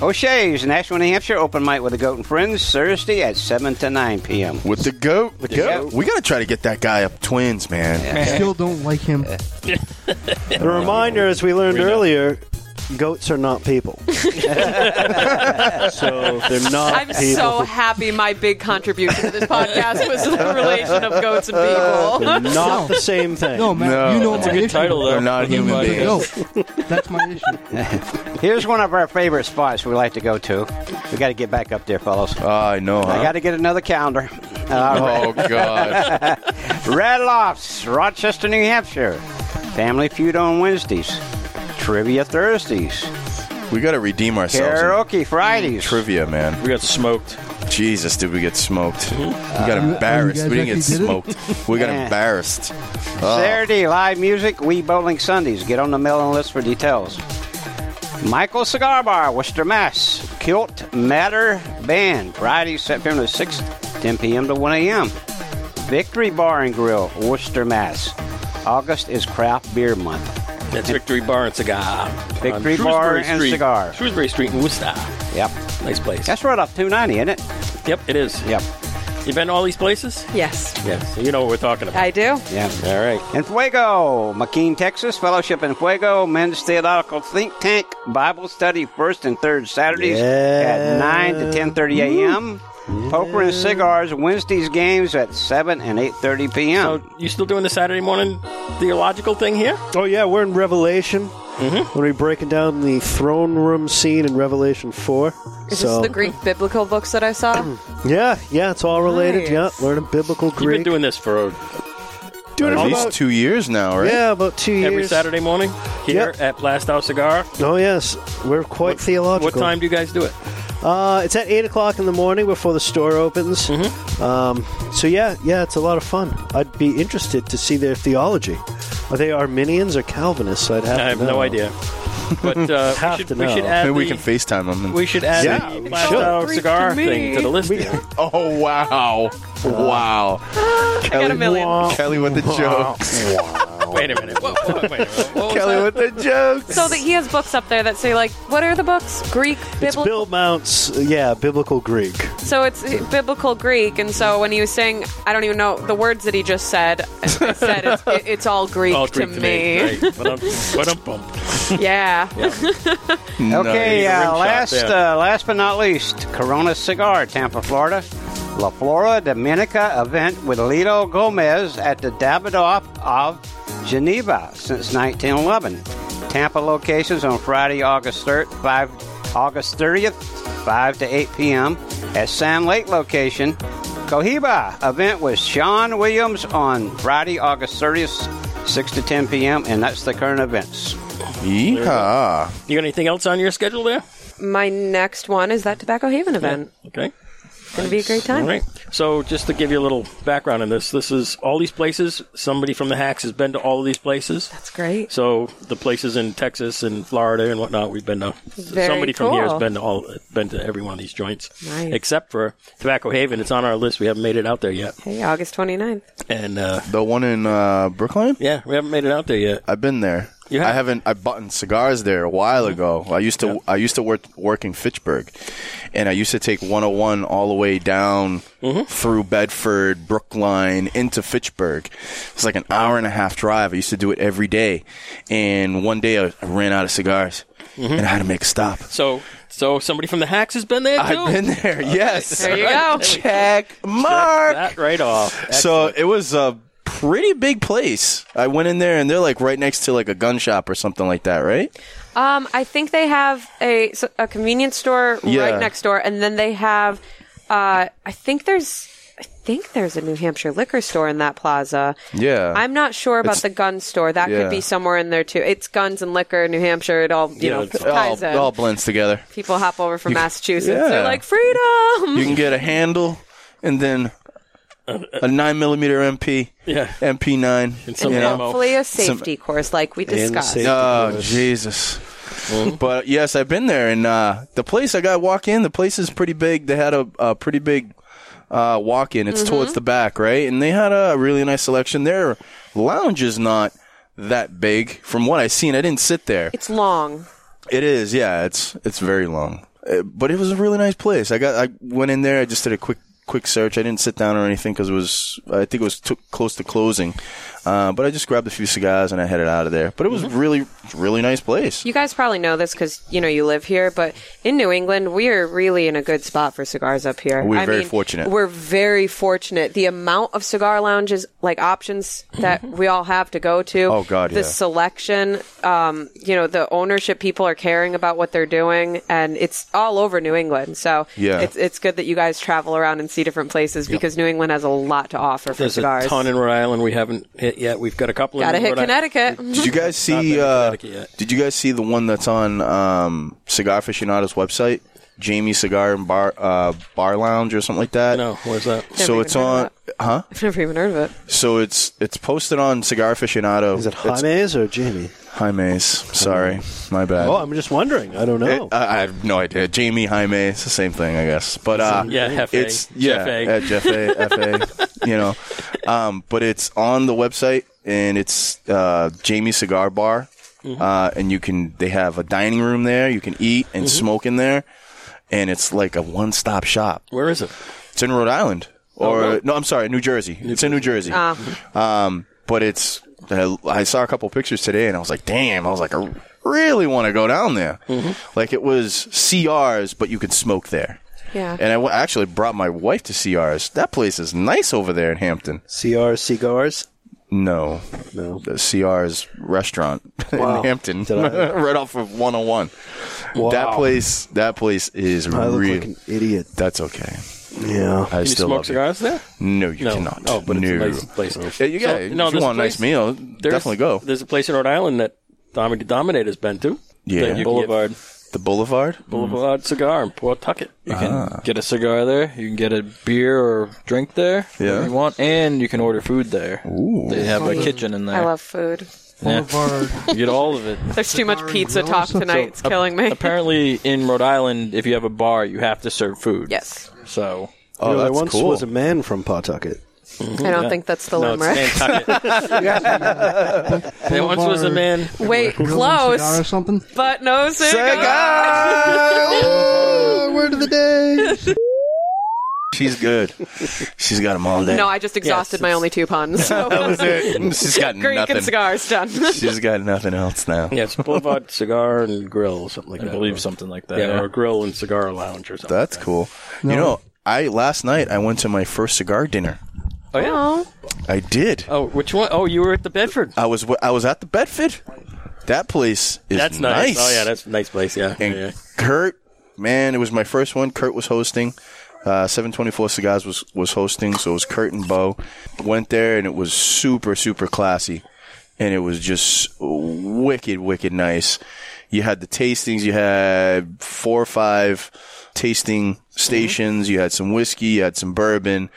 O'Shea's Nashville, New Hampshire open mic with the Goat and Friends Thursday at seven to nine p.m. With the goat, the goat. We gotta try to get that guy up, twins, man. Still don't like him. The reminder, as we learned earlier, goats are not people. so they're not I'm people. so happy my big contribution to this podcast was the relation of goats and people. They're not the same thing. No, man, you know That's my issue. uh, They're not human But beings. no, that's my issue. Here's one of our favorite spots we like to go to. We got to get back up there, fellas. Oh, I know. I huh? got to get another calendar. All right. Oh God! Redlofts, Rochester, New Hampshire. Family feud on Wednesdays. Trivia Thursdays. We gotta redeem ourselves. in Karaoke Fridays. Trivia, man. We got smoked. Jesus, did we get smoked? We got you- oh, you embarrassed. guys We didn't get actually did smoked. it? We got Yeah. embarrassed. Oh, Saturday, live music, We Bowling Sundays. Get on the mailing list for details. Michael Cigar Bar, Worcester, Mass. Kilt Matter Band, Friday, September 6th, 10 p.m. to 1 a.m. Victory Bar and Grill, Worcester, Mass. August is Craft Beer Month. That's Victory Bar and Cigar. on Victory Bar Shrewsbury and Street- Cigar. Shrewsbury Street in Worcester. Yep. Nice place. That's right off 290, isn't it? Yep, it is. Yep. You been to all these places? Yes, Yes. So you know what we're talking about. I do. Yeah. all right. In Fuego, McKean, Texas, Fellowship in Fuego, Men's Theological Think Tank, Bible Study first and third Saturdays at 9 to 10.30 a.m. Poker and Cigars, Wednesdays games at 7 and 8.30 p.m. So you still doing the Saturday morning theological thing here? Oh yeah, we're in Revelation. When we're breaking down the throne room scene in Revelation four. Is so this the Greek biblical books that I saw? yeah, yeah, it's all related. Nice. Yeah, learning biblical You've been Greek. doing this for Doing it at for least about- two years now, right? Yeah, about two years. every Saturday morning here Yep. at Blast Out Cigar. Oh yes, we're quite What theological. time do you guys do it? Uh, it's at eight o'clock in the morning before the store opens. Mm-hmm. Um, so yeah, yeah, it's a lot of fun. I'd be interested to see their theology. Are they Arminians or Calvinists? I'd have. I to have know. no idea. But uh, Have we, should, to we should know. add Maybe we the- can FaceTime them. we should add Yeah, the we Blast should. Out Freak Cigar to me. thing to the list. here. oh wow! Wow. Kelly, a million. Kelly with the jokes. Wait a minute. Whoa, whoa, wait a minute. What was Kelly that? with the jokes. So that he has books up there that say like, what are the books? Greek, It's biblical. Bill Mounts, uh, yeah, biblical Greek. So it's biblical Greek, and so when he was saying, I don't even know the words that he just said. I said it's, it, it's all Greek, All Greek to me. Right. Ba-dum- ba-dum-bum. yeah. Okay, Nice. uh, Rim shot last there. uh, last but not least, Corona Cigar, Tampa, Florida. La Flora Dominica event with Lito Gomez at the Davidoff of Geneva since 1911. Tampa locations on Friday, August 3rd, 5, August 30th, 5 to 8 p.m. At Sand Lake location, Cohiba event with Sean Williams on Friday, August 30th, 6 to 10 p.m. And that's the current events. Yeehaw. You got anything else on your schedule there? My next one is that Tobacco Haven event. Okay. It's gonna be a great time. All right. So, just to give you a little background on this, this is all these places. Somebody from the Hacks has been to all of these places. It's great. So the places in Texas and Florida and whatnot, we've been to. Very somebody from here has cool. been to all, been to every one of these joints, Nice. except for Tobacco Haven. It's on our list. We haven't made it out there yet, Hey, August 29th. and uh, The one in uh, Brookline? yeah, we haven't made it out there yet. I've been there. You have? I haven't. I bought cigars there a while ago. I used to. I used to work work in Fitchburg, and I used to take 101 all the way down through Bedford, Brookline, into Fitchburg. It's like an hour and a half drive. I used to do it every day, and one day I, I ran out of cigars, and I had to make a stop. So, so somebody from the Hacks has been there too. I've been there. Yes. There you go. Check mark. that right off. So it was a pretty big place. I went in there, and they're like right next to like a gun shop or something like that, right? Um, I think they have a s- a convenience store Yeah. right next door, and then they have. Uh, I think there's. I think there's a New Hampshire liquor store in that plaza. Yeah. I'm not sure about It's- the gun store. That Yeah. could be somewhere in there too. It's guns and liquor, New Hampshire. It all you know it's ties all, in. it all blends together. People hop over from Massachusetts. They're yeah. like freedom. You can get a handle, and then a nine millimeter MP, Yeah. MP nine. some you ammo. know? Hopefully, a safety course like we discussed. safety Oh course. Jesus! But yes, I've been there, and uh, the place I got walk in. The place is pretty big. They had a, a pretty big uh, walk in. It's towards the back, right? And they had a really nice selection. Their lounge is not that big, from what I seen. I didn't sit there. It's long. It is, yeah. It's it's very long, Uh, but it was a really nice place. I got I went in there. I just did a quick quick search. I didn't sit down or anything because it was I think it was too close to closing. Uh, but I just grabbed a few cigars and I headed out of there. But it was really really nice place. Mm-hmm. You guys probably know this because you know you live here, but in New England, we are really in a good spot for cigars up here. We're very fortunate. We're very fortunate. The amount of cigar lounges, like options that we all have to go to. Oh, God, the yeah. selection. Um, you know, the ownership. People are caring about what they're doing, and it's all over New England. So Yeah. it's it's good that you guys travel around and see different places because New England has a lot to offer for There's cigars. a ton in Rhode Island we haven't hit yet. We've got a couple. Gotta in hit Rhode Island. Connecticut. Did you guys see? been in Uh, Connecticut yet. did you guys see the one that's on um, Cigar Aficionado's website? Jamie Cigar and Bar uh, Bar Lounge or something like that. No, where's that? Never So even it's heard on, of huh? I've never even heard of it. So it's it's posted on Cigar Aficionado. Is it It's- Jaime's or Jamie? Jaime's. Sorry, my bad. Oh, I'm just wondering. I don't know. It- I, I have no idea. Jamie Jaime, it's the same thing, I guess. But uh, Yeah, Jeff A. it's yeah, at Jeff Jeff A. F A. You know, um, but it's on the website and it's uh, Jamie Cigar Bar, Mm-hmm. uh, and you can they have a dining room there. You can eat and Mm-hmm. smoke in there, and it's like a one stop shop. Where is it? It's in Rhode Island, or Oh, really? Ah, no, I'm sorry, New Jersey. it's in New Jersey. Um, but it's I, I saw a couple pictures today, and I was like, damn, I was like, I really want to go down there. Mm-hmm. Like it was CRs, but you could smoke there. Yeah. And I w- actually brought my wife to CRs. That place is nice over there in Hampton. CR cigars. No, No. the CR's restaurant in Hampton, Did I- right off of 101. That place, that place is I look real. like an idiot. That's okay. Yeah. I Can you still smoke love it. cigars there? No, you No. cannot. Oh, but no. it's a nice place. Yeah, you got. So, if no, you there's want a a nice place- meal, There's- definitely go. There's a place in Rhode Island that Domin- Dominator's been to. Yeah. That you can get Boulevard. The Boulevard. Boulevard Cigar in Pawtucket. You can Ah. get a cigar there. You can get a beer or drink there. Yeah. whatever you want, and you can order food there. Ooh. They have a kitchen in there. I love food. Yeah. Boulevard. You get all of it. There's too much pizza talk tonight. It's Ap- killing me. Apparently, in Rhode Island, if you have a bar, you have to serve food. Yes. So you know, there Oh, that's once cool. was a man from Pawtucket. I don't think that's the No, it's limerick. There once was a man. Wait, close. Or something? But no cigar. word of the day. She's good. She's got them all day. No, I just exhausted my only two puns. So. that was it. She's got Greek nothing. and cigars done. She's got nothing else now. Yes, Boulevard Cigar and Grill, or something like that. I believe something like that, Yeah, yeah. or Grill and Cigar Lounge or something. That's cool. You know, I last night I went to my first cigar dinner. Oh yeah. I did. Oh, which one? Oh, you were at the Bedford. I was. I was at the Bedford. That place is That's nice. Oh yeah, that's a nice place. Yeah. And yeah. Kurt, man, it was my first one. Kurt was hosting. Uh, 724 Cigars was, was hosting, so it was Kurt and Bo. Went there, and it was super, super classy. And it was just wicked, wicked nice. You had the tastings, you had four or five tasting stations, you had some whiskey, you had some bourbon,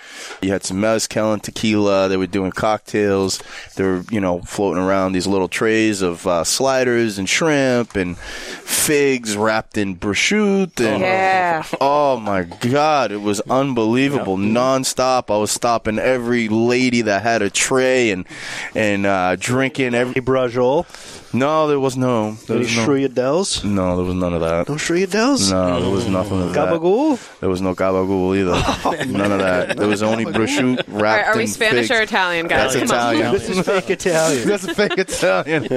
you had some mezcal and tequila. They were doing cocktails. They were, you know, floating around these little trays of uh, sliders and shrimp and figs wrapped in prosciutto. And, Yeah. Oh my God, it was unbelievable, nonstop. I was stopping every lady that had a tray and and uh, drinking every brajol. No, there was no. There Any was no Shruyadels? No, there was none of that. No Shruyadels? No, there was nothing of that. Gabagool? There was no gabagool either. None of that. There was only prosciutto wrapped All right, are we in Spanish figs. or Italian, guys? That's Come on. Italian. This is fake Italian. That's a fake Italian.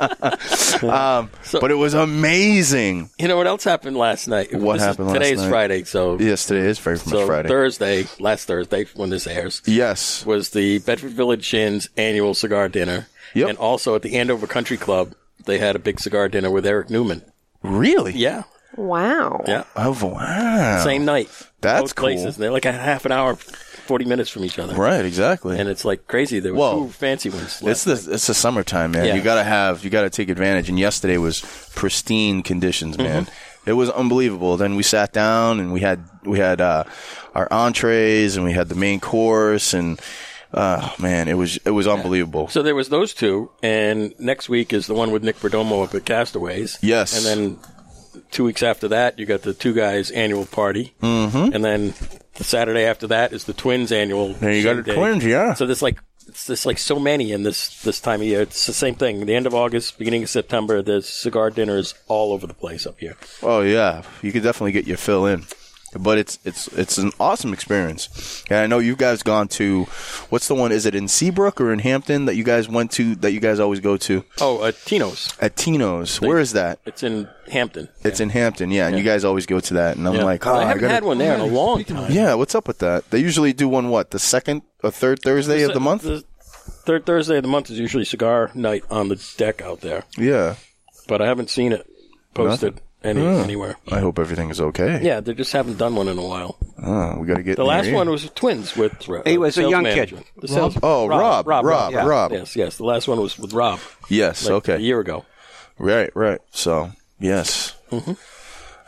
um, but it was amazing. You know what else happened last night? What This is- happened Today last is night? Friday, so Yes, today is very much so Friday. Thursday, last Thursday when this airs, yes, was the Bedford Village Inn's annual cigar dinner. Yep. And also at the Andover Country Club, they had a big cigar dinner with Eric Newman. Really? Yeah. Wow. Yeah. Oh wow. Same night. That's Both cool. places. They're like a half an hour, forty minutes from each other. Right, exactly. And it's like crazy. There were Whoa. two fancy ones. It's the it's the summertime, man. Yeah. You gotta have you gotta take advantage. And yesterday was pristine conditions, Mm-hmm. man. It was unbelievable. Then we sat down and we had we had uh, our entrees and we had the main course and uh, man, it was it was unbelievable. So there was those two, and next week is the one with Nick Perdomo up at Castaways. Yes. and then two weeks after that, you got the two guys annual party, Mhm. and then the Saturday after that is the twins annual. There you go, same the day. Twins, yeah. So there's like it's just like so many in this this time of year. It's the same thing. The end of August, beginning of September, there's cigar dinners all over the place up here. Oh yeah, you could definitely get your fill in, but it's it's it's an awesome experience. And I know you guys gone to what's the one? Is it in Seabrook or in Hampton that you guys went to? That you guys always go to? Oh, uh, Tino's. At Tino's, where is that? It's in Hampton. It's in Hampton, yeah, and you guys always go to that, and I'm Yeah. like, oh, I haven't gotta- had one there in a long time. Yeah, what's up with that? They usually do one what the second or third Thursday of the month. third Thursday of the month is usually cigar night on the deck out there. yeah, but I haven't seen it posted any, Yeah. anywhere. I hope everything is okay. Yeah, they just haven't done one in a while. Oh, we got to get The in last here. one was twins with. uh, He was a sales young manager. kid. The Rob? sales- Oh, Rob, Rob, yeah. Rob. Yes, yes. The last one was with Rob. Yes, like okay. A year ago. Right, right. So yes,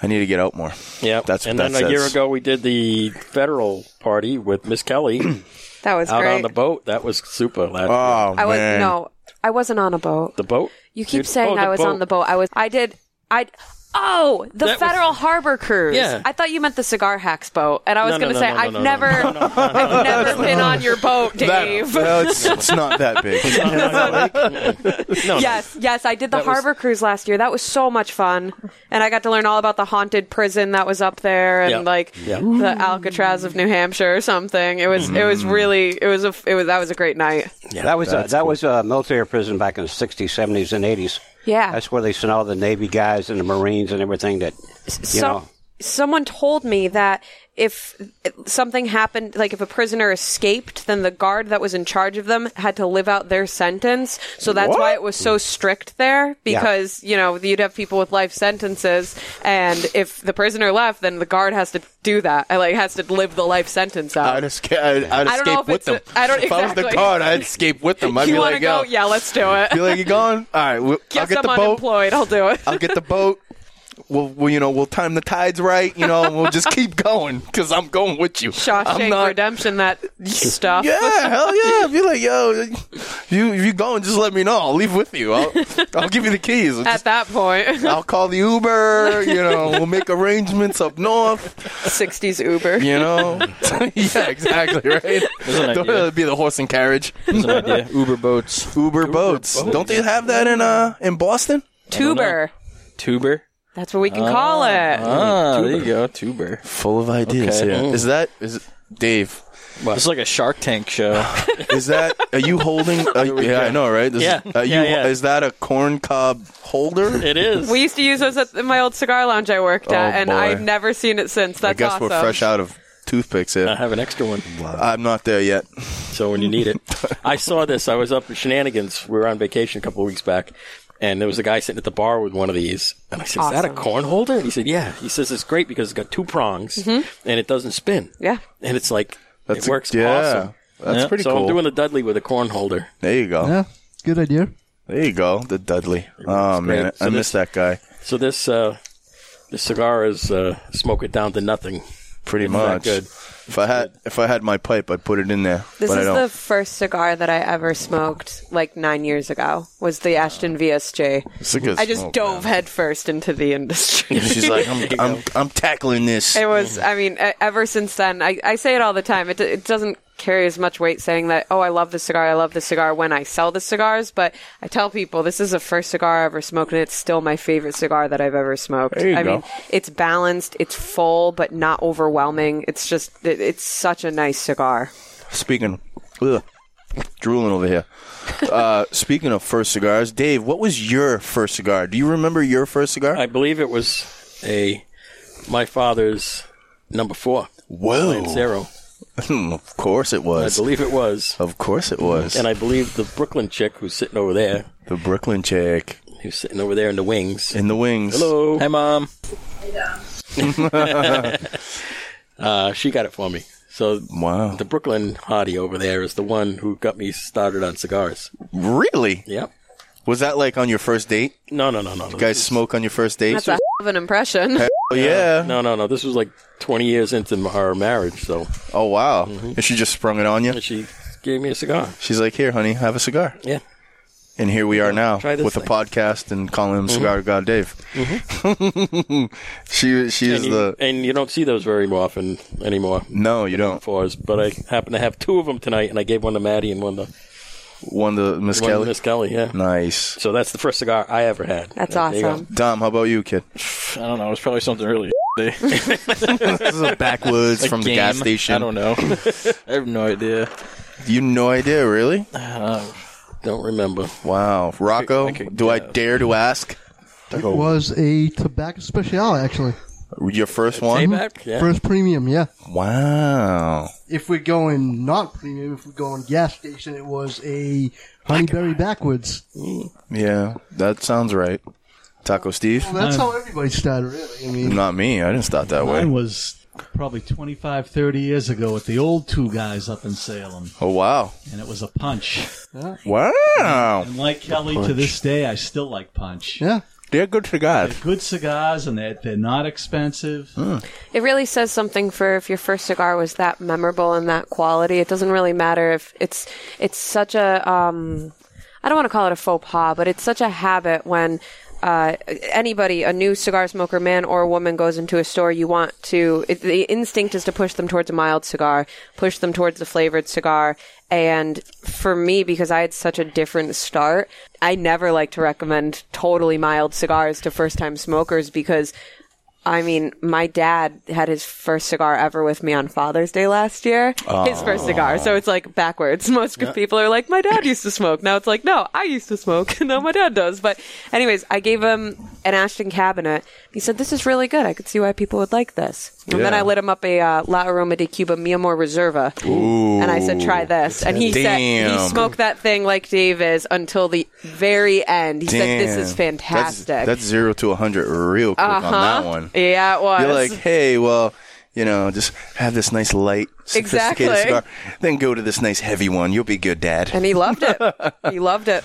I need to get out more. Mm-hmm. Yeah, that's and that's, then a year that's- ago we did the federal party with Miss Kelly That was out great. on the boat. That was super last Oh, I was no, I wasn't on a boat. The boat? You keep Dude, saying oh, I was on the boat. I was. I did. I. Oh, That the was- Federal Harbor Cruise. Yeah. I thought you meant the Cigar Hacks boat, and I was No, no, going to no, no, say no, I've no, no. never, I've never been on your boat, That- Dave. no, it's, it's not that big. no. yes, yes, I did That the was- Harbor Cruise last year. That was so much fun, and I got to learn all about the haunted prison that was up there, and Yeah. like Yeah. the Alcatraz of New Hampshire or something. It was, it Mm-hmm. was really, it was a, it was that was a great night. that was a, that was a military prison back in the 60s, 70s, and 80s. Yeah. That's where they sent all the Navy guys and the Marines and everything that, you know. someone told me that if something happened like if a prisoner escaped then the guard that was in charge of them had to live out their sentence so that's why What? it was so strict there Yeah. because you know you'd have people with life sentences and if the prisoner left then the guard has to do that Uh, like has to live the life sentence out I'd escape. I'd, I'd I don't know escape if with it's a- them. I don't- If I was the exactly. guard, I'd escape with them. I'd you be want like, to go yo, yeah let's do it be like, you gone? All right, we'll, I'll Guess get I'm the boat. unemployed. I'll do it. I'll get the boat. we'll, we'll you know we'll time the tides right. You know, and we'll just keep going because I'm going with you. Shawshank I'm not- Redemption, that stuff. Yeah, hell yeah. Be like, yo, you if you going, just let me know. I'll leave with you. I'll, I'll give you the keys. I'll just- At that point, I'll call the Uber. You know, we'll make arrangements up north. 60s Uber. You know, yeah, exactly right. There's an Don't idea. let it be the horse and carriage. There's an idea. Uber boats. Uber, boats. boats. Don't they have that in uh in Boston? Tuber. Tuber. That's what we can call it. Ah, there you go. Tuber. Full of ideas. Okay. Yeah. Is that is it- Dave? It's like a Shark Tank show. Is that are you holding? Uh, yeah, I know, right? This- Yeah. Are you, Yeah, yeah. Is that a corn cob holder? It is. We used to use those at my old cigar lounge I worked Oh, at, and boy. I've never seen it since. That's I guess awesome. we're fresh out of toothpicks. Yeah. I have an extra one. I'm not there yet. So when you need it, I saw this. I was up in Shenanigans. We were on vacation a couple of weeks back, and there was a guy sitting at the bar with one of these. And I said, "Is that a Awesome. corn holder?" And he said, "Yeah." He says it's great because it's got two prongs and it doesn't spin. Mm-hmm. Yeah. and it's like That's it works. yeah. awesome. That's pretty so cool. I'm doing the Dudley with a corn holder. there you go. Yeah, good idea. There you go. The Dudley. Oh man, So I this- miss that guy. So this uh, this cigar is uh, smoke it down to nothing. Pretty that much. good? If I had if I had my pipe, I'd put it in there. This but I is don't. the first cigar that I ever smoked, like nine years ago. Was the Ashton VSJ? It's a good I just smoke, dove headfirst into the industry. She's like, I'm, I'm, I'm tackling this. It was, I mean, e- ever since then, I, I say it all the time. It, it doesn't carry as much weight saying that, oh, I love this cigar, I love this cigar when I sell the cigars, but I tell people this is the first cigar I ever smoked, and it's still my favorite cigar that I've ever smoked. There you I go. mean, it's balanced, it's full, but not overwhelming. It's just, it, it's such a nice cigar. Speaking, ugh, drooling over here. Uh, speaking of first cigars, Dave, what was your first cigar? Do you remember your first cigar? I believe it was a my father's number four Whoa! Hmm, Lancero. of course it I was. believe it was. Of course it was. And I believe the Brooklyn chick who's sitting over there, the Brooklyn chick who's sitting over there in the wings. in the wings. Hello. Hi, mom. Uh, she got it for me. So Wow. the Brooklyn hottie over there is the one who got me started on cigars. Really? Yep. Was that like on your first date? No, no, no, no. You guys smoke on your first date? That's a of an impression. oh yeah. No, no, no. This was like 20 years into m- our marriage, so Oh wow. And she just sprung it on you. Mm-hmm. and she gave me a cigar. She's like, "Here, honey, have a cigar." Yeah. And here we are now Try this with a thing. Mm-hmm. podcast and calling him Cigar God Dave. she she is And you, the and you don't see those very often anymore. no, you don't. Fours, but I happen to have two of them tonight, and I gave one to Maddie and one to, One the Miss one to Kelly. Miss Kelly. Yeah. Nice. So that's the first cigar I ever had. That's There you go. awesome. Dom, how about you, kid? I don't know. It was probably something really. shitty. This is a backwoods Like from the gas game. station. I don't know. I have no idea. You no idea, really? Don't remember. Mm-hmm. Wow, Rocco. do I dare to ask It was a tobacco special, actually. your first one? Payback? Yeah. First premium, yeah. Wow. If we're going not premium, if we're going gas station, it was a honeyberry backwoods. Yeah, that sounds right. Taco Steve? Well, that's how everybody started, really. I mean, Not me. I didn't start that way. Mine was probably 25, 30 years ago with the old two guys up in Salem, Oh wow! and it was a punch. Wow! And like Kelly, to this day, I still like punch. yeah. They're good for God. They're good cigars, and they're, they're not expensive. It really says something for if your first cigar was that memorable and that quality. It doesn't really matter if it's it's such a um, I don't want to call it a faux pas, but it's such a habit when uh, anybody, a new cigar smoker, man or woman, goes into a store. You want to it, the instinct is to push them towards a mild cigar, push them towards a flavored cigar. And for me, because I had such a different start, I never like to recommend totally mild cigars to first time smokers because I mean, my dad had his first cigar ever with me on Father's Day last year. His Oh. first cigar. So it's like backwards. Most people are like, my dad used to smoke. Now it's like, no, I used to smoke. now my dad does. But, anyways, I gave him an Ashton cabinet. He said, this is really good. I could see why people would like this. And then Yeah. I lit him up a uh, La Aroma de Cuba Mia More Reserva. And I said, try this. And he said, Damn. he smoked that thing like Dave is until the very end. He said, this is Damn. That's- fantastic. That's, zero to a hundred real quick on that Uh-huh. one. Yeah, it was. You're like, hey, well, you know, just have this nice light, sophisticated Exactly. cigar, then go to this nice heavy one. You'll be good, Dad. And he loved it. he loved it.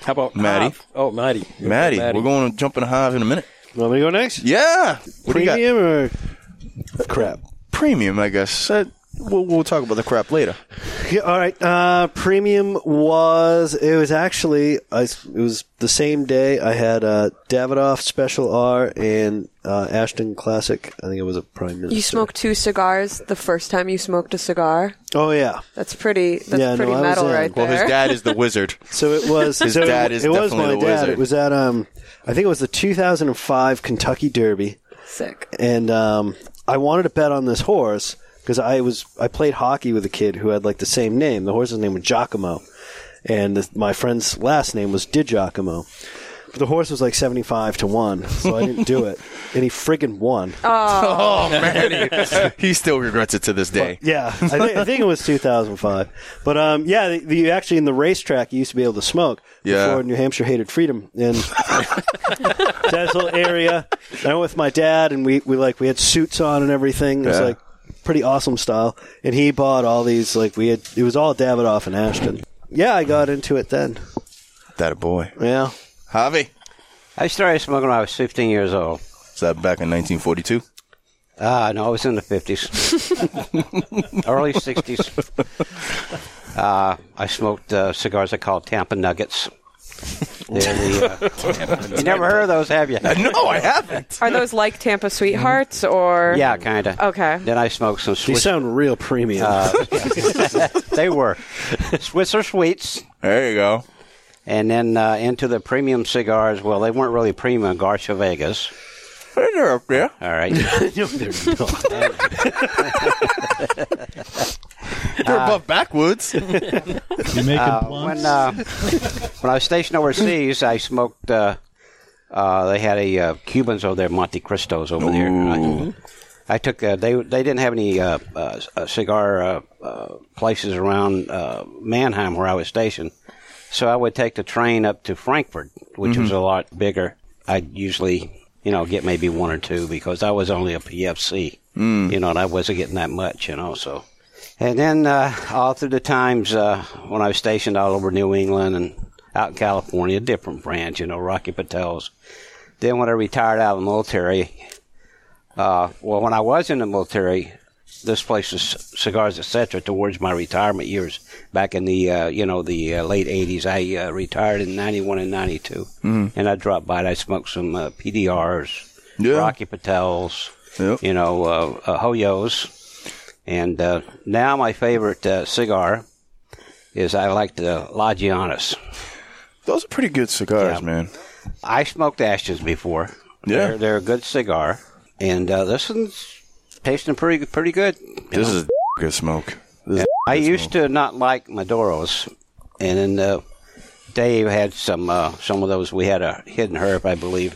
How about Maddie? Hive? Oh, Maddie. Maddie, we're going to jump in a hive in a minute. Want me to go next? Yeah. What do you Premium or crap? Premium, I guess. Uh, we'll, we'll talk about the crap later. Yeah, all right. Uh, premium was it was actually I, it was the same day I had uh, Davidoff Special R and uh, Ashton Classic. I think it was a prime minister. You smoked two cigars the first time you smoked a cigar. Oh yeah. That's pretty. That's Yeah, no, pretty I was metal in. right Well, there. his dad is the wizard. So it was His so dad it, is it was definitely my the dad. wizard. It was at um, I think it was the 2005 Kentucky Derby. Sick. And um, I wanted to bet on this horse because I was I played hockey with a kid who had like the same name. The horse's name was Giacomo, and the, my friend's last name was Di Giacomo. But the horse was like 75 to 1, so I didn't do it. And he friggin' won. Oh, man. he still regrets it to this day. Yeah, I, thi- I think it was 2005. But um, yeah, the, the, you actually in the racetrack you used to be able to smoke Yeah. before New Hampshire hated freedom, and that little area. And I went with my dad, and we, we like we had suits on and everything. It was Yeah. like pretty awesome style. And he bought all these like we had. It was all Davidoff and Ashton. Yeah, I got into it then. That a boy. Yeah. Javi. I started smoking when I was 15 years old. Is that back in 1942? Ah, no, I was in the 50s. Early 60s. Uh, I smoked uh, cigars I called Tampa Nuggets. They're the, uh, you never heard of those, have you? Uh, No, I haven't. Are those like Tampa Sweethearts Mm-hmm. or? Yeah, kind of. Okay. Then I smoked some They Swiss. sound real premium. Uh, they were Switzer sweets. There you go. And then uh, into the premium cigars. Well, they weren't really premium. Garcia Vegas. They're up there. All right. No, they're not. They're above backwoods. You making Uh, plums? when uh, when I was stationed overseas, I smoked. Uh, uh, they had a uh, Cubans over there, Monte Cristos over there. Uh, I, I took. Uh, they they didn't have any uh, uh, c- uh, cigar uh, uh, places around uh, Mannheim where I was stationed, so I would take the train up to Frankfurt, which was a lot bigger. I'd usually you know get maybe one or two because I was only a PFC, you know, and I wasn't getting that much, you know, so. And then uh, all through the times uh, when I was stationed all over New England and out in California, different brands, you know, Rocky Patels. Then when I retired out of the military, uh, well, when I was in the military, this place was cigars, etc. Towards my retirement years, back in the uh, you know the uh, late '80s, I uh, retired in '91 and '92, and I dropped by. and I smoked some uh, PDRs, Mm-hmm. Yeah. Rocky Patels, Yep. you know, uh, uh, Hoyos, and uh, now my favorite uh, cigar is I like the La Giannis. Those are pretty good cigars, man. I smoked Ashton's before. Yeah. they're, they're a good cigar, and uh, this one's tasting pretty pretty good. This is good smoke. This is I used to not like Maduros, and then uh, Dave had some uh, some of those. We had a hidden herb, I believe,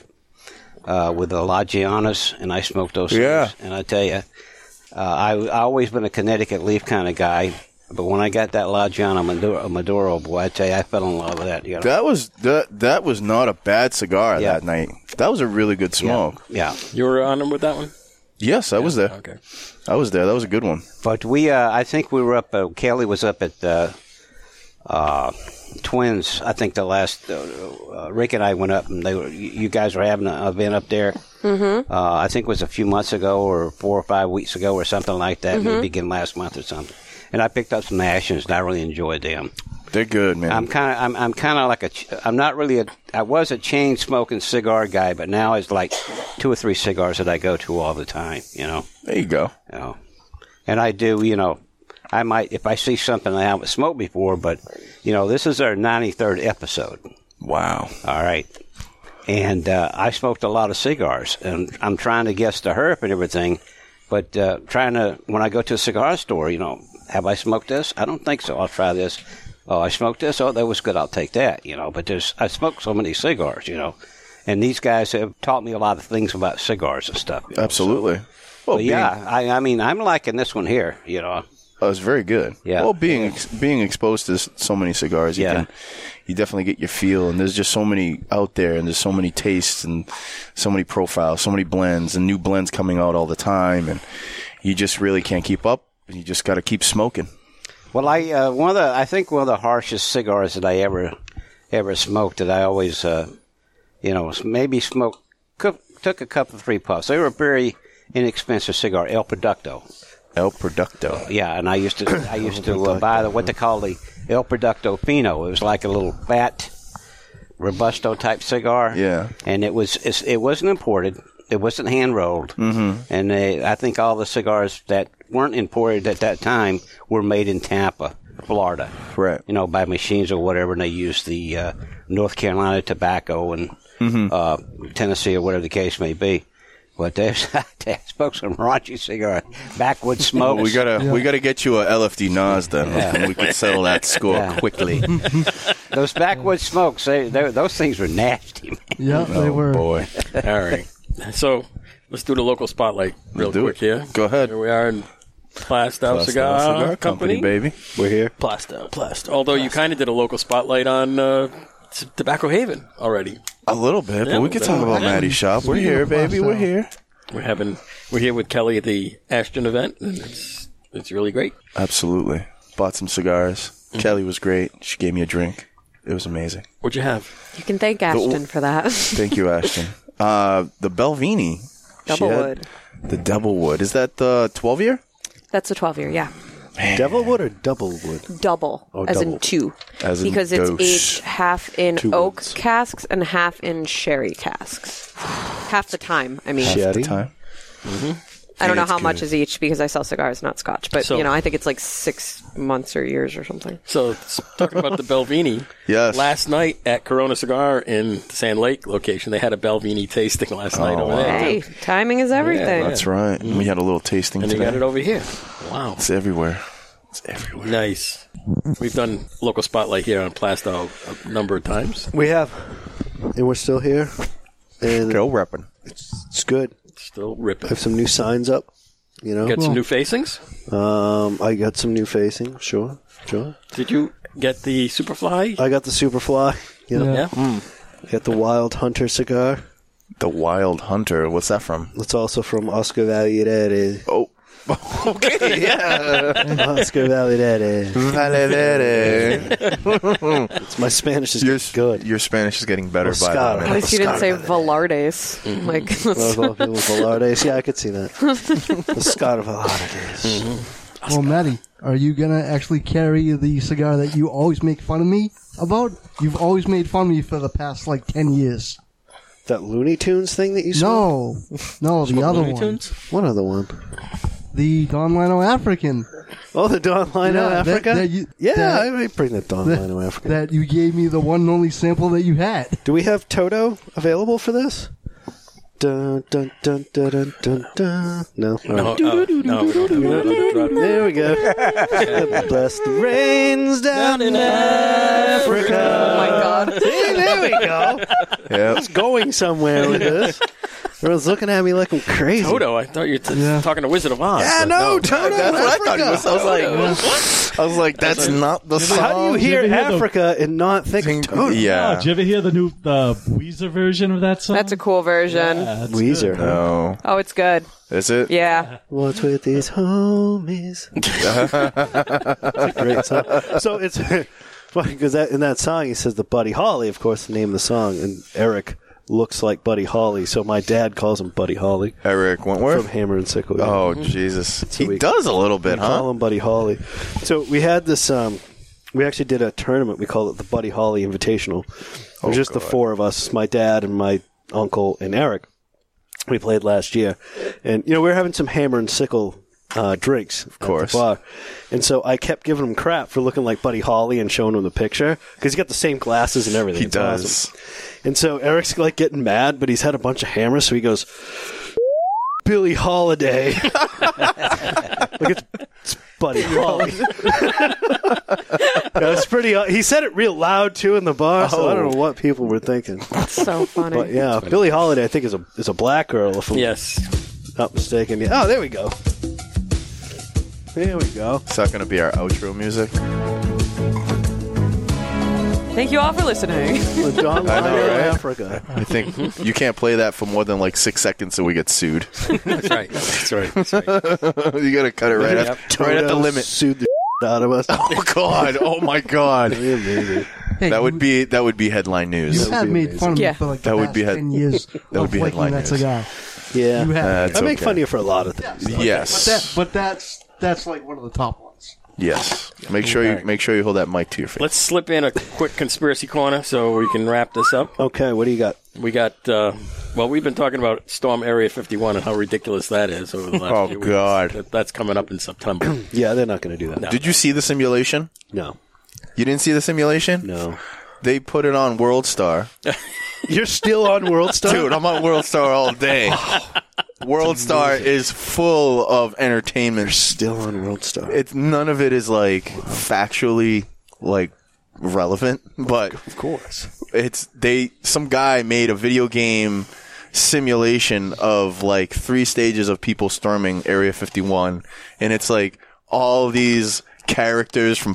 uh, with the Lagianas, and I smoked those. Yeah. things. and I tell you, uh, I I always been a Connecticut leaf kind of guy, but when I got that Lagiana Maduro, Maduro boy, I tell you, I fell in love with that. You know? That was that. That was not a bad cigar Yeah. that night. That was a really good smoke. yeah. You were on him with that one? Yes, I was there. Okay. I was there. That was a good one. But we, uh, I think we were up. Uh, Kelly was up at uh, uh, Twins. I think the last uh, uh, Rick and I went up, and they were. You you guys were having an event up there. Mm-hmm. Uh, I think it was a few months ago, or four or five weeks ago, or something like that. Maybe beginning last month or something. And I picked up some ashes, and I really enjoyed them. They're good, man. I'm kind of, I'm, I'm kind of like a, ch- I'm not really a, I was a chain smoking cigar guy, but now it's like two or three cigars that I go to all the time. You know. there you go. You know. And I do, you know, I might, if I see something I haven't smoked before, but, you know, this is our 93rd episode. Wow. All right. And uh, I smoked a lot of cigars, and I'm trying to guess the herb and everything, but uh, trying to, when I go to a cigar store, you know, have I smoked this? I don't think so. I'll try this. Oh, I smoked this. Oh, that was good. I'll take that, you know. But there's, I smoked so many cigars, you know. And these guys have taught me a lot of things about cigars and stuff. you know, so- Absolutely. Well, but Oh, yeah, I, I mean, I'm liking this one here. You know, That was oh, very good. Yeah. Well, being ex- being exposed to s- so many cigars, you Yeah. can you definitely get your feel. And there's just so many out there, and there's so many tastes, and so many profiles, so many blends, and new blends coming out all the time. And you just really can't keep up. And you just got to keep smoking. well, I uh, one of the I think one of the harshest cigars that I ever ever smoked that I always, uh, you know, maybe smoked, cook, took a couple, three puffs. They were a very inexpensive cigar, El Producto. El Producto. Yeah, and I used to, I used to uh, buy the what they call the El Producto Fino. It was like a little fat robusto type cigar. Yeah. and it was it's, it wasn't imported. It wasn't hand rolled. Mm-hmm. And they, I think all the cigars that weren't imported at that time were made in Tampa, Florida. Right. You know, by machines or whatever, and they used the uh, North Carolina tobacco and Mhm. uh, Tennessee or whatever the case may be. But there's, they spoke some raunchy cigar, backwoods smoke. we gotta we gotta get you a LFD Nas then. Yeah. we can settle that score Yeah. quickly. those backwoods smokes. They, they, those things were nasty. Man. Yeah, they were. Oh, Boy. All right. So let's do the local spotlight real do quick it. here. Go ahead. Here we are in Plastow Plastow Cigar, Cigar Company. Company, baby. We're here. Plastow, Plastow. Although you kind of did a local spotlight on uh, t- Tobacco Haven already. A little bit, Yeah, but we can but- talk about Maddie's shop. We're Speaking here, of baby. We're Plastow. here. We're having we're here with Kelly at the Ashton event, and it's it's really great. Absolutely. Bought some cigars. Kelly was great. She gave me a drink. It was amazing. What'd you have? You can thank Ashton for that. Thank you, Ashton. Uh, the Belvini. She Double had wood. The double wood. Is that the 12 year? That's a 12 year, yeah. Devilwood or double wood? Double, Oh, as double. in two. As in because it's dose. aged half in Two oak casks and half in sherry casks. Half the time, I mean. Half the time. I don't And know it's how much good. is each because I sell cigars, not scotch. But, So- you know, I think it's like six months or years or something. So s- talking about the Belvini. Yes. Last night at Corona Cigar in the Sand Lake location, they had a Belvini tasting last night over there. Hey, too. timing is everything. That's right. And we had a little tasting And they today. got it over here. Wow. It's everywhere. Nice. We've done local spotlight here on Plastow a number of times. We have. And we're still here. And Still repping. It's, it's good. Still ripping. I have some new signs up. You know, Got some new facings. Um, I got some new facing. Sure, sure. Did you get the Superfly? I got the Superfly. You know, Yeah. I got the Wild Hunter cigar. The Wild Hunter. What's that from? That's also from Oscar Valladere. Oh, okay, yeah. Oscar Valladere. Valladere. it's my Spanish is your, good. Your Spanish is getting better by Pescado. the way. At least you didn't say Velardes. Like, that's- Mm-hmm. Well, well, Velardes. Yeah, I could see that. the Scott of Velardes. Mm-hmm. Well, Oh, Maddie, are you gonna actually carry the cigar that you always make fun of me about? You've always made fun of me for the past like ten years. That Looney Tunes thing that you No, no, the other Looney one, Tunes? What other one? the Don Lino African. Oh, the Don Lino Yeah, that- Africa? that you- yeah, that- I may bring the Don that- Lino Africa. That you gave me the one and only sample that you had. Do we have Toto available for this? Dun, dun, dun, dun, dun, dun, dun. No. No, All right. oh, no, we don't have that. There we go. Bless the rains down in Africa. oh my God. See, there we go. I Yep. was going somewhere with this. Everyone's looking at me like I'm crazy. Toto, I thought you were t- talking to Wizard of Oz. Yeah, but no, Toto. That's what I thought it Africa. was. I was like, I was like, that's not the song. How do you hear Africa and not think Toto? Yeah. Oh, did you ever hear the new uh, Weezer version of that song? That's a cool version. That's Weezer. No. Oh, it's good. Is it? Yeah. What's with these homies? It's a great song. So it's funny because that, in that song he says the Buddy Holly, of course, the name of the song, and Eric looks like Buddy Holly, so my dad calls him Buddy Holly Eric from Wentworth. Hammer and Sickle. yeah. Oh Jesus, he we- does a little bit, We call huh? him Buddy Holly. So we had this. Um, we actually did a tournament. We called it the Buddy Holly Invitational. It Oh, was just the four of us: my dad and my uncle and Eric. We played last year, and you know we were having some hammer and sickle uh, drinks, of course. bar. And so I kept giving him crap for looking like Buddy Holly and showing him the picture because he's got the same glasses and everything. He It's does. awesome. And so Eric's like getting mad, but he's had a bunch of hammers, so he goes, "Billy Holiday." Like it's, it's Buddy Holly. That's pretty. He said it real loud too in the bar, so I Oh. don't know what people were thinking. It's so funny. But yeah, Billie Holiday, I think is a is a black girl, if I'm Yes. not mistaken. Yeah. Oh, there we go. There we go. It's not gonna be our outro music. Thank you all for listening. The Don I know, Lionel right? Africa. I think you can't play that for more than like six seconds, so we get sued. That's right. That's right. That's right. you gotta cut it right, Yep. at, right at the Toto limit. sued the out of us. Oh God! Oh my God! Amazing. Hey, that would you- be that would be headline news. You have made fun of me Yeah. for like the that would past be head- ten years. That would of be Uh, liking headline that news. cigar. Yeah, You have. That's I make okay. fun of you for a lot of things. though. Yes. But, that, but that's that's like one of the top ones. Yes. Make sure you make sure you hold that mic to your face. Let's slip in a quick conspiracy corner so we can wrap this up. Okay, what do you got? We got, uh, well, we've been talking about Storm Area 51 and how ridiculous that is over the last Oh, few weeks. God. That, that's coming up in September. Yeah, they're not going to do that. Did you see the simulation? No. You didn't see the simulation? No. They put it on World Star. You're still on World Star, Dude, I'm on World Star all day. World Star is full of entertainment. Still on World Star. It's none of it is like factually like relevant, but of course. it's they some guy made a video game simulation of like three stages of people storming area 51 and it's like all these characters from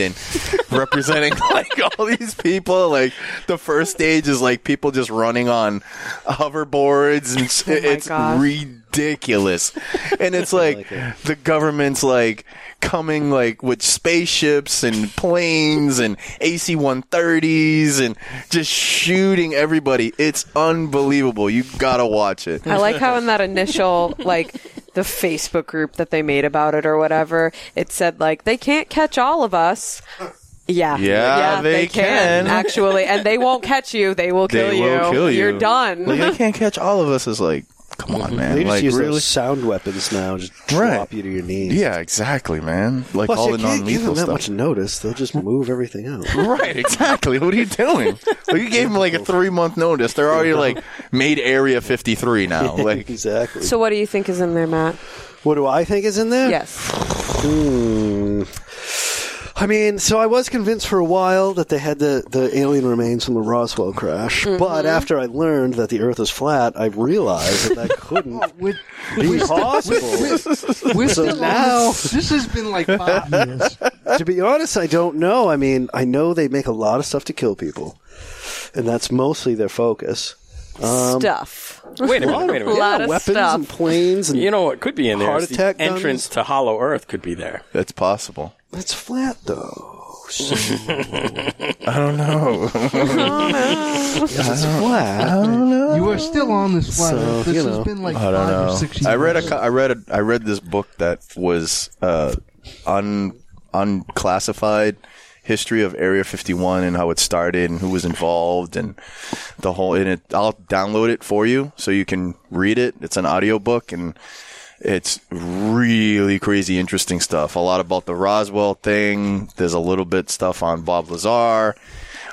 and representing like all these people like the first stage is like people just running on hoverboards Oh and s- it's gosh. ridiculous and it's like, the government's like coming like with spaceships and planes and AC-130s and just shooting everybody. It's unbelievable. You gotta watch it. I like how in that initial like the Facebook group that they made about it or whatever, it said like they can't catch all of us. Yeah. Yeah, they can. actually, and they won't catch you. They will kill they you. will kill you. are done. Like, they can't catch all of us. Is like, come on, man. They just like, use really? those sound weapons now. Just Right. drop you to your knees. yeah, exactly, man. Like Plus, all you the can't give them non-lethal that stuff. much notice. They'll just move everything out. Right, exactly. What are you doing? Like, you gave them like a three month notice. They're already like made Area 53 now. Like, exactly. So what do you think is in there, Matt? what do I think is in there? Yes. Hmm. I mean, so I was convinced for a while that they had the, the alien remains from the Roswell crash, but after I learned that the Earth is flat, I realized that that couldn't With, be possible. we're So still on now- this, this has been like five years. to be honest, I don't know. I mean, I know they make a lot of stuff to kill people, and that's mostly their focus. stuff. Wait a minute, wait a minute. Lot of Um, weapons stuff. and planes and You know what could be in there? Heart is the attack guns? entrance to Hollow Earth could be there. that's possible. It's flat though. So I don't know. it's flat. You are still on this one. So, this you has know. been like I don't five or know. six years. I read a co- I read a I read this book that was uh un unclassified history of Area 51 and how it started and who was involved and the whole and it I'll download it for you so you can read it. It's an audiobook and it's really crazy interesting stuff. A lot about the Roswell thing. There's a little bit stuff on Bob Lazar.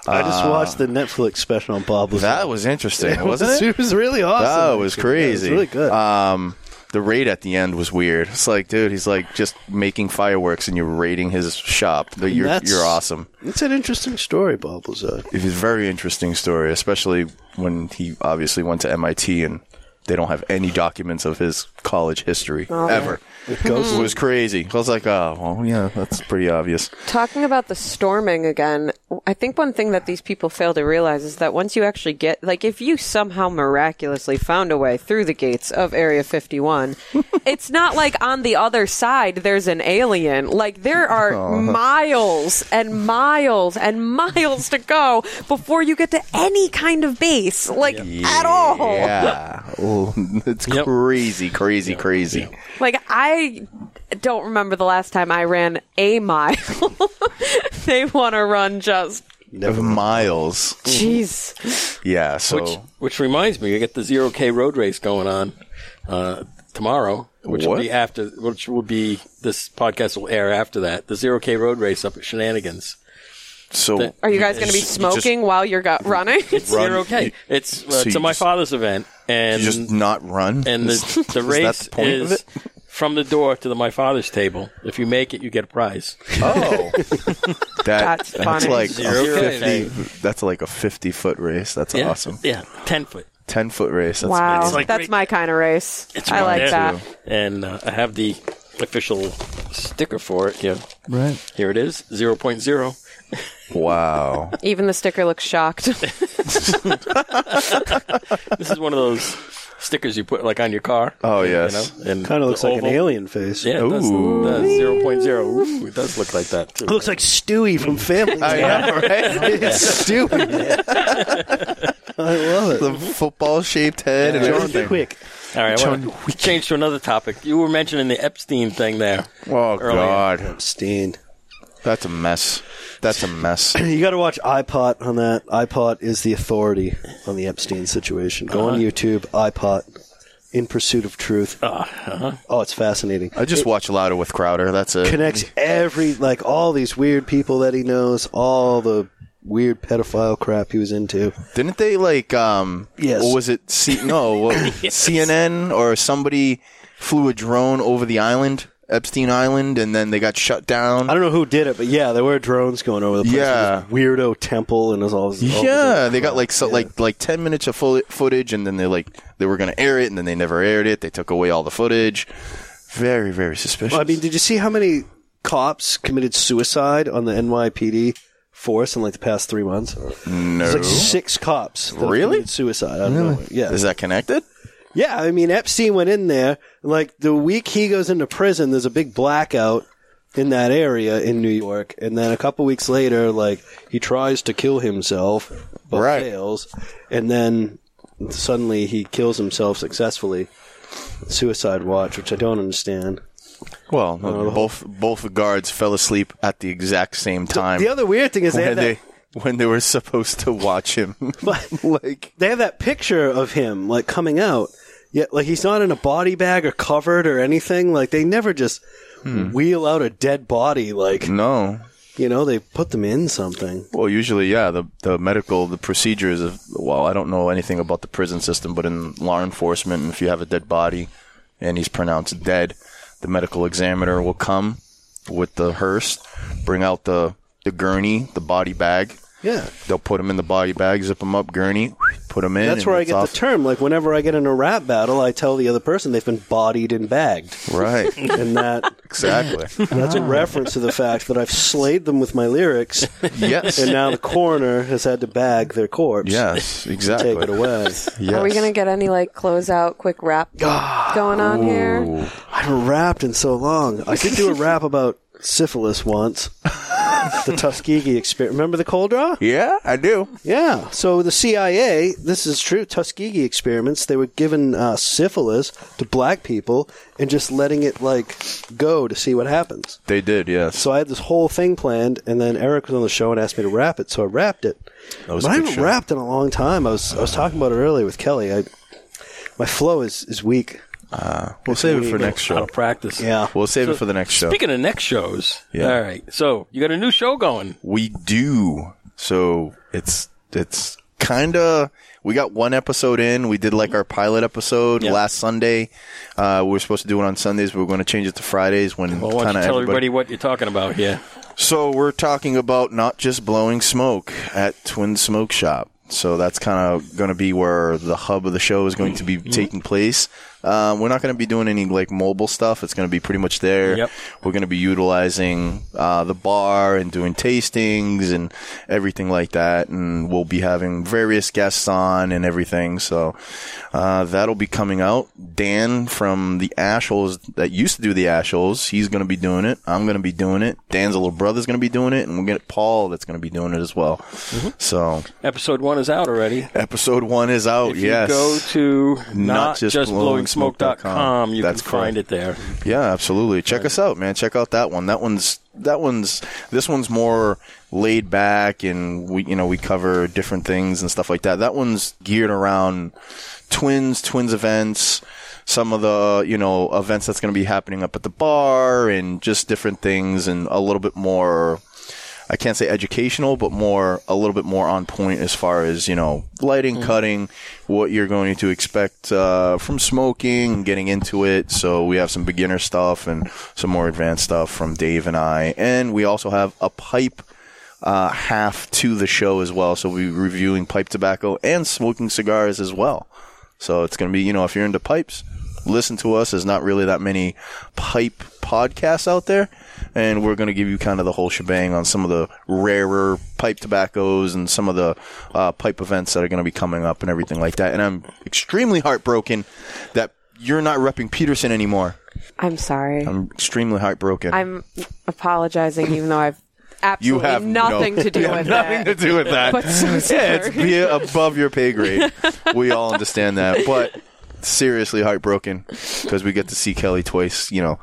I just watched the Netflix special on Bob. Lazar. Ah. That was interesting, It wasn't was- it? it was really awesome, That was actually. Yeah, it crazy. was really good. Um, the raid at the end was weird. It's like, dude, he's like just making fireworks, and you're raiding his shop. Like, You're That's- you're awesome. It's an interesting story, Bob Lazar. It was a very interesting story, especially when he obviously went to MIT and they don't have any documents of his college history Oh, ever. It was crazy. I was like, oh, well, yeah, that's pretty obvious. Talking about the storming again, I think one thing that these people fail to realize is that once you actually get, like, if you somehow miraculously found a way through the gates of Area 51, it's not like on the other side there's an alien. Like, there are miles and miles and miles to go before you get to any kind of base, like, at all. Yeah, oh, it's Yep. crazy, crazy, crazy. Like I don't remember the last time I ran a mile. they want to run just Of miles. jeez. Yeah, so Which, which reminds me, you get the zero K road race going on uh, tomorrow, which will What? be after, which will be this podcast will air after that. The zero K road race up at Shenanigans. so Are you guys going to be You just- smoking while you're go- running? Run. Zero K. It's uh, so to you my just- father's event, and you just not run. and Is- the, the is race that the point is of it? from the door to the my father's table. If you make it, you get a prize. Oh, that, that's, That's funny. like Zero a fifty. K. That's like a fifty-foot race. That's yeah, awesome. Yeah, ten foot. Ten-foot race. That's wow, it's like that's great- my kind of race. right I like there. that. And uh, I have the official sticker for it. Here, Right. here it is, zero point zero. Wow. Even the sticker looks shocked. This is one of those stickers you put like on your car. Oh yeah, yes. Kinda looks like an alien face. Yeah, it does. Ooh. It does. 0.0. Ooh, it does look like that. Too. It looks like Stewie from Family Guy. I know, right? it's stupid. I love it. The football shaped head and Yeah. everything. Quick. All right, I John want to change to another topic. You were mentioning the Epstein thing there. Oh earlier. God, Epstein. That's a mess. That's a mess. you got to watch iPod on that. iPod is the authority on the Epstein situation. Go on Uh-huh. YouTube, iPod, In Pursuit of Truth. Uh-huh. Oh, it's fascinating. I just It watch Louder with Crowder. That's it. connects every like all these weird people that he knows, all the weird pedophile crap he was into. Didn't they like um? Yes. What was it? C- no, what, CNN or somebody flew a drone over the island, Epstein Island, and then they got shut down. I don't know who did it, but yeah, there were drones going over the place. Yeah. It was weirdo temple and it was all. all this other Oh, Yeah, they crap. got like so, like like ten minutes of fo- footage, and then they like they were gonna air it, and then they never aired it. They took away all the footage. Very very suspicious. Well, I mean, did you see how many cops committed suicide on the NYPD force in like the past three months? no. There's like six cops. That have Really? committed Suicide. I don't know. Yeah. Is that connected? Yeah. I mean, Epstein went in there. Like the week he goes into prison, there's a big blackout in that area in New York, and then a couple weeks later, like he tries to kill himself but Right. fails, and then suddenly he kills himself successfully. Suicide watch, which I don't understand. Well, Uh, both both guards fell asleep at the exact same time. The other weird thing is they when have that they when they were supposed to watch him. But like they have that picture of him like coming out. Yet like he's not in a body bag or covered or anything. Like they never just Hmm. wheel out a dead body like no. you know, they put them in something. Well, usually, yeah, the the medical the procedures of well, I don't know anything about the prison system, but in law enforcement, if you have a dead body and he's pronounced dead, the medical examiner will come with the hearse, bring out the the gurney, the body bag. Yeah. They'll put him in the body bag, zip him up, gurney, put him in. That's and where I it's get off. the term. Like whenever I get in a rap battle, I tell the other person they've been bodied and bagged. Right. And that exactly. that's a reference to the fact that I've slayed them with my lyrics. Yes. And now the coroner has had to bag their corpse. Yes, and exactly. Take it away. Are we gonna get any like close out quick wrap going on here? I haven't rapped in so long. I could do a rap about syphilis once. the Tuskegee experiment. Remember the cold draw? Yeah, I do. Yeah. So the CIA, this is true, Tuskegee experiments, they were giving uh, syphilis to black people and just letting it, like, go to see what happens. They did, yes. So I had this whole thing planned, and then Eric was on the show and asked me to rap it, so I rapped it. was but a I good haven't show. rapped in a long time. I was I was talking about it earlier with Kelly. I my flow is, is weak. Uh, we'll save it for next Out show. of practice. Yeah. We'll save So, it for the next show. Speaking of next shows, Yeah. all right. So you got a new show going. We do. So it's it's kind of we got one episode in. We did like our pilot episode Yeah. last Sunday. Uh, we were supposed to do it on Sundays, but we're going to change it to Fridays when Well, why don't kind you of tell everybody. everybody what you're talking about here? So we're talking about not just blowing smoke at Twin Smoke Shop. So that's kind of going to be where the hub of the show is going to be Mm-hmm. taking place. Um, we're not going to be doing any like mobile stuff. It's going to be pretty much there. Yep. We're going to be utilizing uh, the bar and doing tastings and everything like that. And we'll be having various guests on and everything. So uh, that'll be coming out. Dan from the Ashholes that used to do the Ashholes, he's going to be doing it. I'm going to be doing it. Dan's little brother's going to be doing it. And we'll get Paul that's going to be doing it as well. Mm-hmm. So Episode one is out already. episode one is out. If Oh, yes. you go to not, just, blowing smoke dot com, you that's can find correct. it there. Yeah, absolutely. Check us out, man. Check out that one. That one's that one's this one's more laid back and we you know, we cover different things and stuff like that. That one's geared around twins, twins events, some of the, you know, events that's going to be happening up at the bar and just different things and a little bit more I can't say educational, but more a little bit more on point as far as you know lighting, cutting, what you're going to expect uh, from smoking, getting into it. So we have some beginner stuff and some more advanced stuff from Dave and I, and we also have a pipe uh, half to the show as well. So we'll be reviewing pipe tobacco and smoking cigars as well. So it's going to be you know if you're into pipes, listen to us. There's not really that many pipe podcasts out there, and we're going to give you kind of the whole shebang on some of the rarer pipe tobaccos and some of the uh, pipe events that are going to be coming up and everything like that. And I'm extremely heartbroken that you're not repping Peterson anymore. I'm sorry. I'm extremely heartbroken. I'm apologizing, even though I've you absolutely have nothing no- to do you have with nothing that. to do with that. But so sorry. yeah, it's be above your pay grade. we all understand that, but seriously heartbroken because we get to see Kelly twice. You know,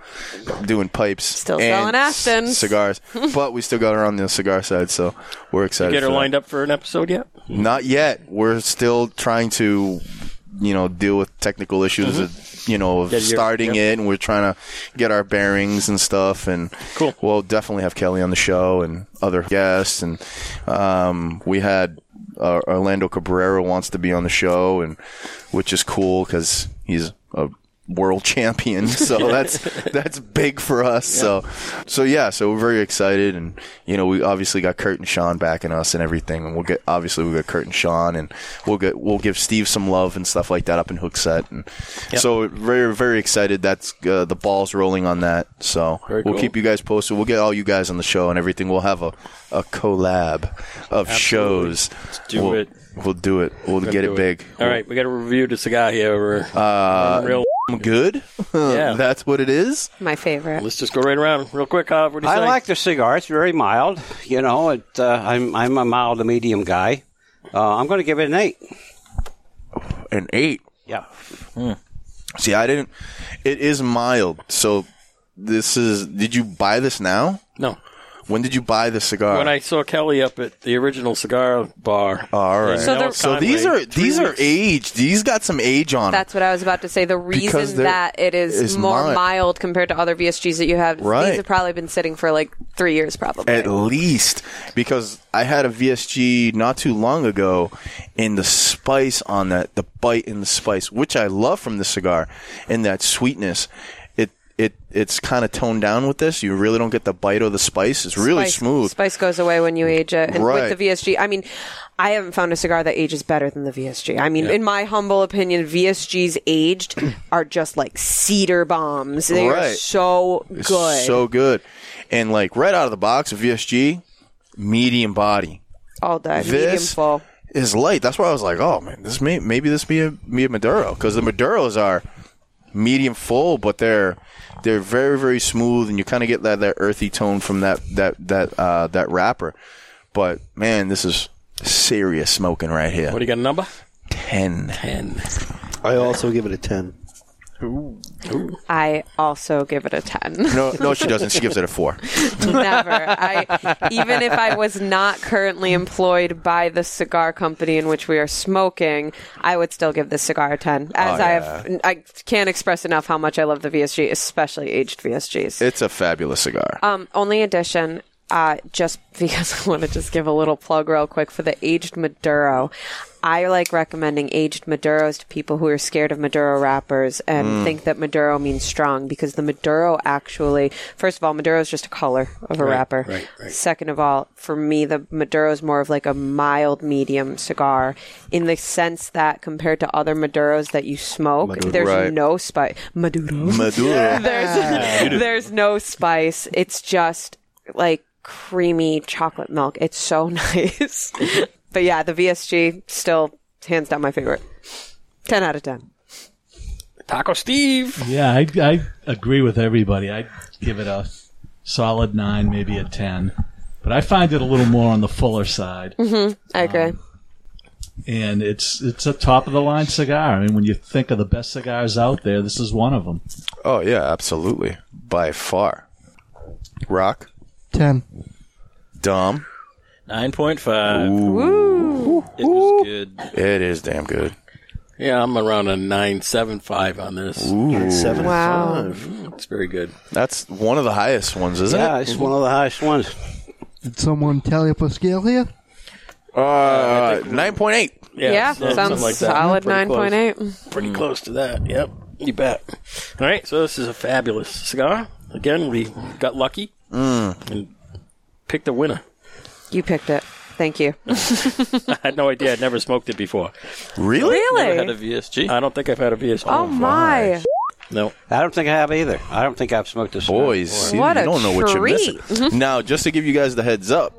doing pipes, still selling Astons. cigars, but we still got her on the cigar side, so we're excited. Get her for that. lined up for an episode yet? Not yet. We're still trying to, you know, deal with technical issues. Of, you know, of Yeah, you're- starting yep. it, and we're trying to get our bearings and stuff. And cool. We'll definitely have Kelly on the show and other guests. And um, we had uh, Orlando Cabrera wants to be on the show, and which is cool because he's a world champion. So that's that's big for us. So so yeah, so we're very excited and you know, we obviously got Kurt and Sean backing us and everything and we'll get obviously we got Kurt and Sean and we'll get we'll give Steve some love and stuff like that up in Hookset and so very very excited that's uh, the ball's rolling on that. So we'll cool. keep you guys posted. We'll get all you guys on the show and everything. We'll have a a collab of shows. do We'll- it. We'll do it. We'll get it big. All right, we got to review the cigar here. We're Uh, real. good. Yeah. that's what it is. My favorite. Let's just go right around real quick. Uh, what do you I say? like the cigar. It's very mild. You know, it, uh, I'm I'm a mild to medium guy. Uh, I'm going to give it an eight. An eight. Yeah. See, I didn't. It is mild. So this is. Did you buy this now? No. When did you buy the cigar? when I saw Kelly up at the original cigar bar. Oh, all right. So the- So, these are these are aged. These got some age on them. That's what I was about to say. The Because reason they're- that it is, is more mild. mild compared to other VSGs that you have, Right. these have probably been sitting for like three years, probably. At least because I had a VSG not too long ago, and the spice on that, the bite and the spice, which I love from the cigar, and that sweetness, it it it's kind of toned down with this. You really don't get the bite or the spice. It's really Spice- smooth. Spice goes away when you age it. And Right. with the VSG, I mean, I haven't found a cigar that ages better than the VSG. I mean, Yeah. in my humble opinion, VSGs aged are just like cedar bombs. They are Right. so It's good. so good, and like right out of the box, a VSG, medium body. all day. Medium this full. is light. That's why I was like, oh man, this may maybe this be a be a Maduro because the Maduros are medium full, but they're they're very very smooth, and you kind of get that that earthy tone from that that that uh, that wrapper. But man, this is serious smoking right here. What do you got a number? Ten. Ten. I also give it a ten. I also give it a 10. No, no, she doesn't. She gives it a four. Never. I, even if I was not currently employed by the cigar company in which we are smoking, I would still give this cigar a 10. As Oh, I yeah. have, I can't express enough how much I love the VSG, especially aged VSGs. It's a fabulous cigar. Um, only addition, uh, just because I want to just give a little plug real quick for the aged Maduro. I like recommending aged Maduros to people who are scared of Maduro wrappers and Mm. think that Maduro means strong because the Maduro actually, first of all, Maduro is just a color of a Right, wrapper. right, right. Second of all, for me, the Maduro is more of like a mild medium cigar in the sense that compared to other Maduros that you smoke, Maduro. there's Right. no spice. Maduro. Maduro. there's, there's no spice. It's just like creamy chocolate milk. It's so nice. but yeah, the VSG still hands down my favorite. 10 out of 10. Taco Steve. Yeah, I, I agree with everybody. I'd give it a solid nine, maybe a ten. But I find it a little more on the fuller side. Um, hmm I agree. And it's it's a top of the line cigar. I mean, when you think of the best cigars out there, this is one of them. Oh yeah, absolutely, by far. Rock, Ten. Dom, nine point five. It was good. It is damn good. Yeah, I'm around a nine seven five on this. Ooh. 9.75. Wow. It's very good. That's one of the highest ones, isn't it? yeah, it's one of the highest ones. Did someone tally up a scale here? Uh, nine point eight. Yeah, Yeah, something sounds like that. solid Pretty close. 9.8. Pretty close to that. Yep, you bet. All right, so this is a fabulous cigar. Again, we got lucky and picked a winner. You picked it. Thank you. I had no idea. I'd never smoked it before. Really? Really? Never had a VSG. I don't think I've had a VSG. Oh, my. No. I don't think I have either. I don't think I've smoked a cigar. Boys, before. you, you don't know what you're missing. now, just to give you guys the heads up,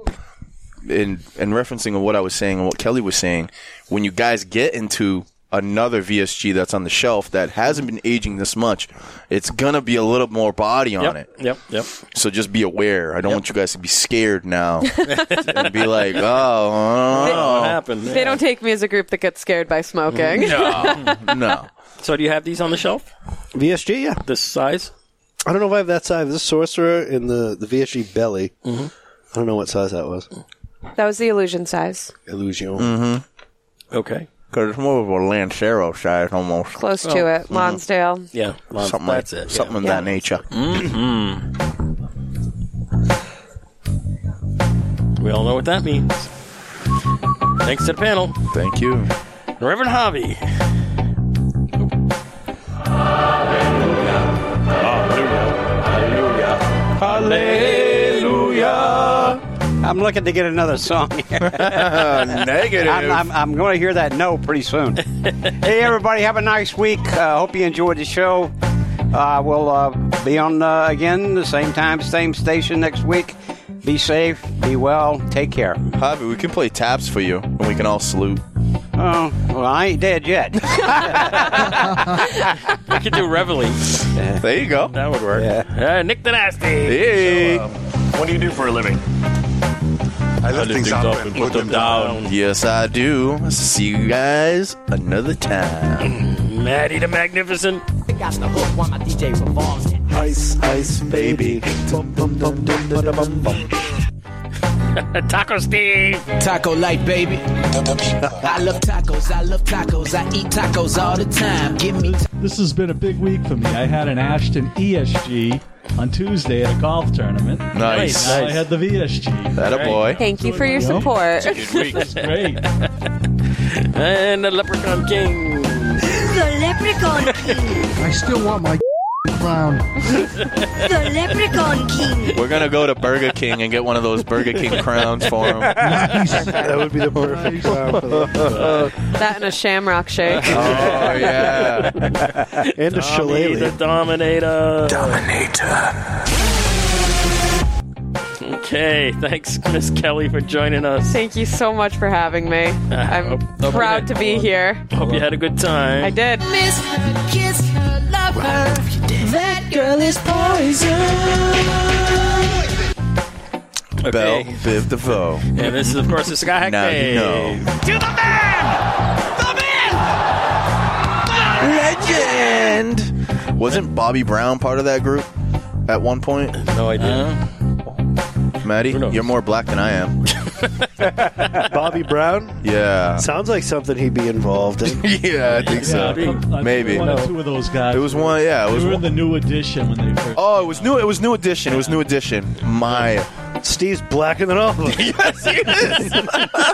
in in referencing of what I was saying and what Kelly was saying, when you guys get into another VSG that's on the shelf that hasn't been aging this much, it's gonna be a little more body on yep, it. Yep. Yep. So just be aware. I don't want you guys to be scared now and be like, oh, I don't know." They don't take me as a group that gets scared by smoking. Mm-hmm. No, uh, no. So do you have these on the shelf? VSG, yeah. This size? I don't know if I have that size. This sorcerer in the, the VSG belly. Mm-hmm. I don't know what size that was. that was the illusion size. Illusion. Mm-hmm. Okay. Because it's more of a Lancero size almost. Close to Oh. it. Mm-hmm. Lonsdale. Yeah, Lon- something that's like, it, yeah. Mm. Something of that nature. Mm-hmm. We all know what that means. Thanks to the panel. Thank you. Reverend Hobby. Hallelujah. I'm looking to get another song here. Negative. I'm, I'm, I'm going to hear that no pretty soon. hey, everybody, have a nice week. Uh, hope you enjoyed the show. Uh, we'll uh, be on uh, again the same time, same station next week. Be safe, be well, take care. Javi, we can play taps for you, and we can all salute. Oh, well, I ain't dead yet. I could do reveille. There you go. That would work. um, Uh, Nick the Nasty. Hey. what do you do for a living? I lift things up and put them down. Yes, I do. See you guys another time. Maddie the Magnificent. Ice, ice, baby. Bum, bum, bum, dum, da, da, bum, bum. Taco Steve. Taco light, baby. I love tacos. I love tacos. I eat tacos all the time. Give me. This has been a big week for me. I had an Ashton ESG on Tuesday at a golf tournament. Nice. Now I Nice. had the VSG. That a boy. Thank you for your Yep. support. Great. and the Leprechaun King. The Leprechaun King. I still want my crown. The Leprechaun King. We're gonna go to Burger King and get one of those Burger King crowns for him. that would be the perfect crown for that. That and a shamrock shake. Oh yeah. and a Tommy the Dominator. Dominator. Okay, thanks, Miss Kelly, for joining us. Thank you so much for having me. I'm hope you proud had- to be here. Hope you had a good time. I did. Miss her, kiss her, love her. That girl is poison. Bell Biv DeVoe. And this is, of course, the Sky Hack Now Day. you know. Legend. Wasn't Bobby Brown part of that group at one point? No idea. Maddie, you're more black than I am. Bobby Brown? Yeah. Sounds like something he'd be involved in. yeah, I think so. Maybe. One or two of those guys. It was one. Yeah, it They was. were in the new edition when they first. Oh, it was new. It was new edition. It was new edition. My Steve's blacker than all of us. yes,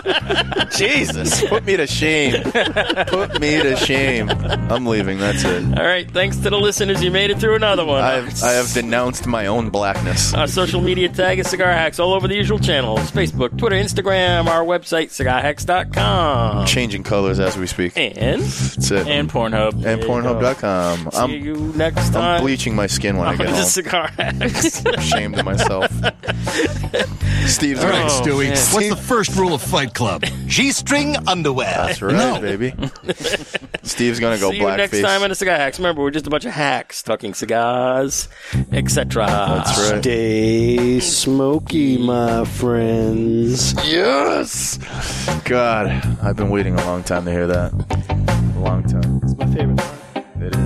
he is. Jesus, put me to shame. Put me to shame. I'm leaving. That's it. All right, thanks to the listeners, you made it through another one. I've, I have denounced my own blackness. Our social media tag is Cigar Hacks all over the usual channels Facebook, Twitter, Instagram, our website, cigarhacks.com. Changing colors as we speak. And That's it. And Pornhub. Um, And There you go. Pornhub.com. see I'm you next time. I'm bleaching my skin when I get on the home. Cigar Hacks. Ashamed of myself. Steve's right, Oh, Stewie. man. Steve- What's the first rule of Fight Club? G-string underwear. That's right, No. baby. Steve's gonna go See you blackface. next time on the Cigar Hacks. Remember, we're just a bunch of hacks talking cigars, etc. That's right. Stay smoky, my friends. Yes. God, I've been waiting a long time to hear that. A long time. It's my favorite. It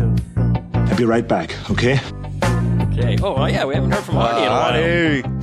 is. I'll be right back, okay? Okay. Oh, well, yeah, we haven't heard from Artie in a while. Artie.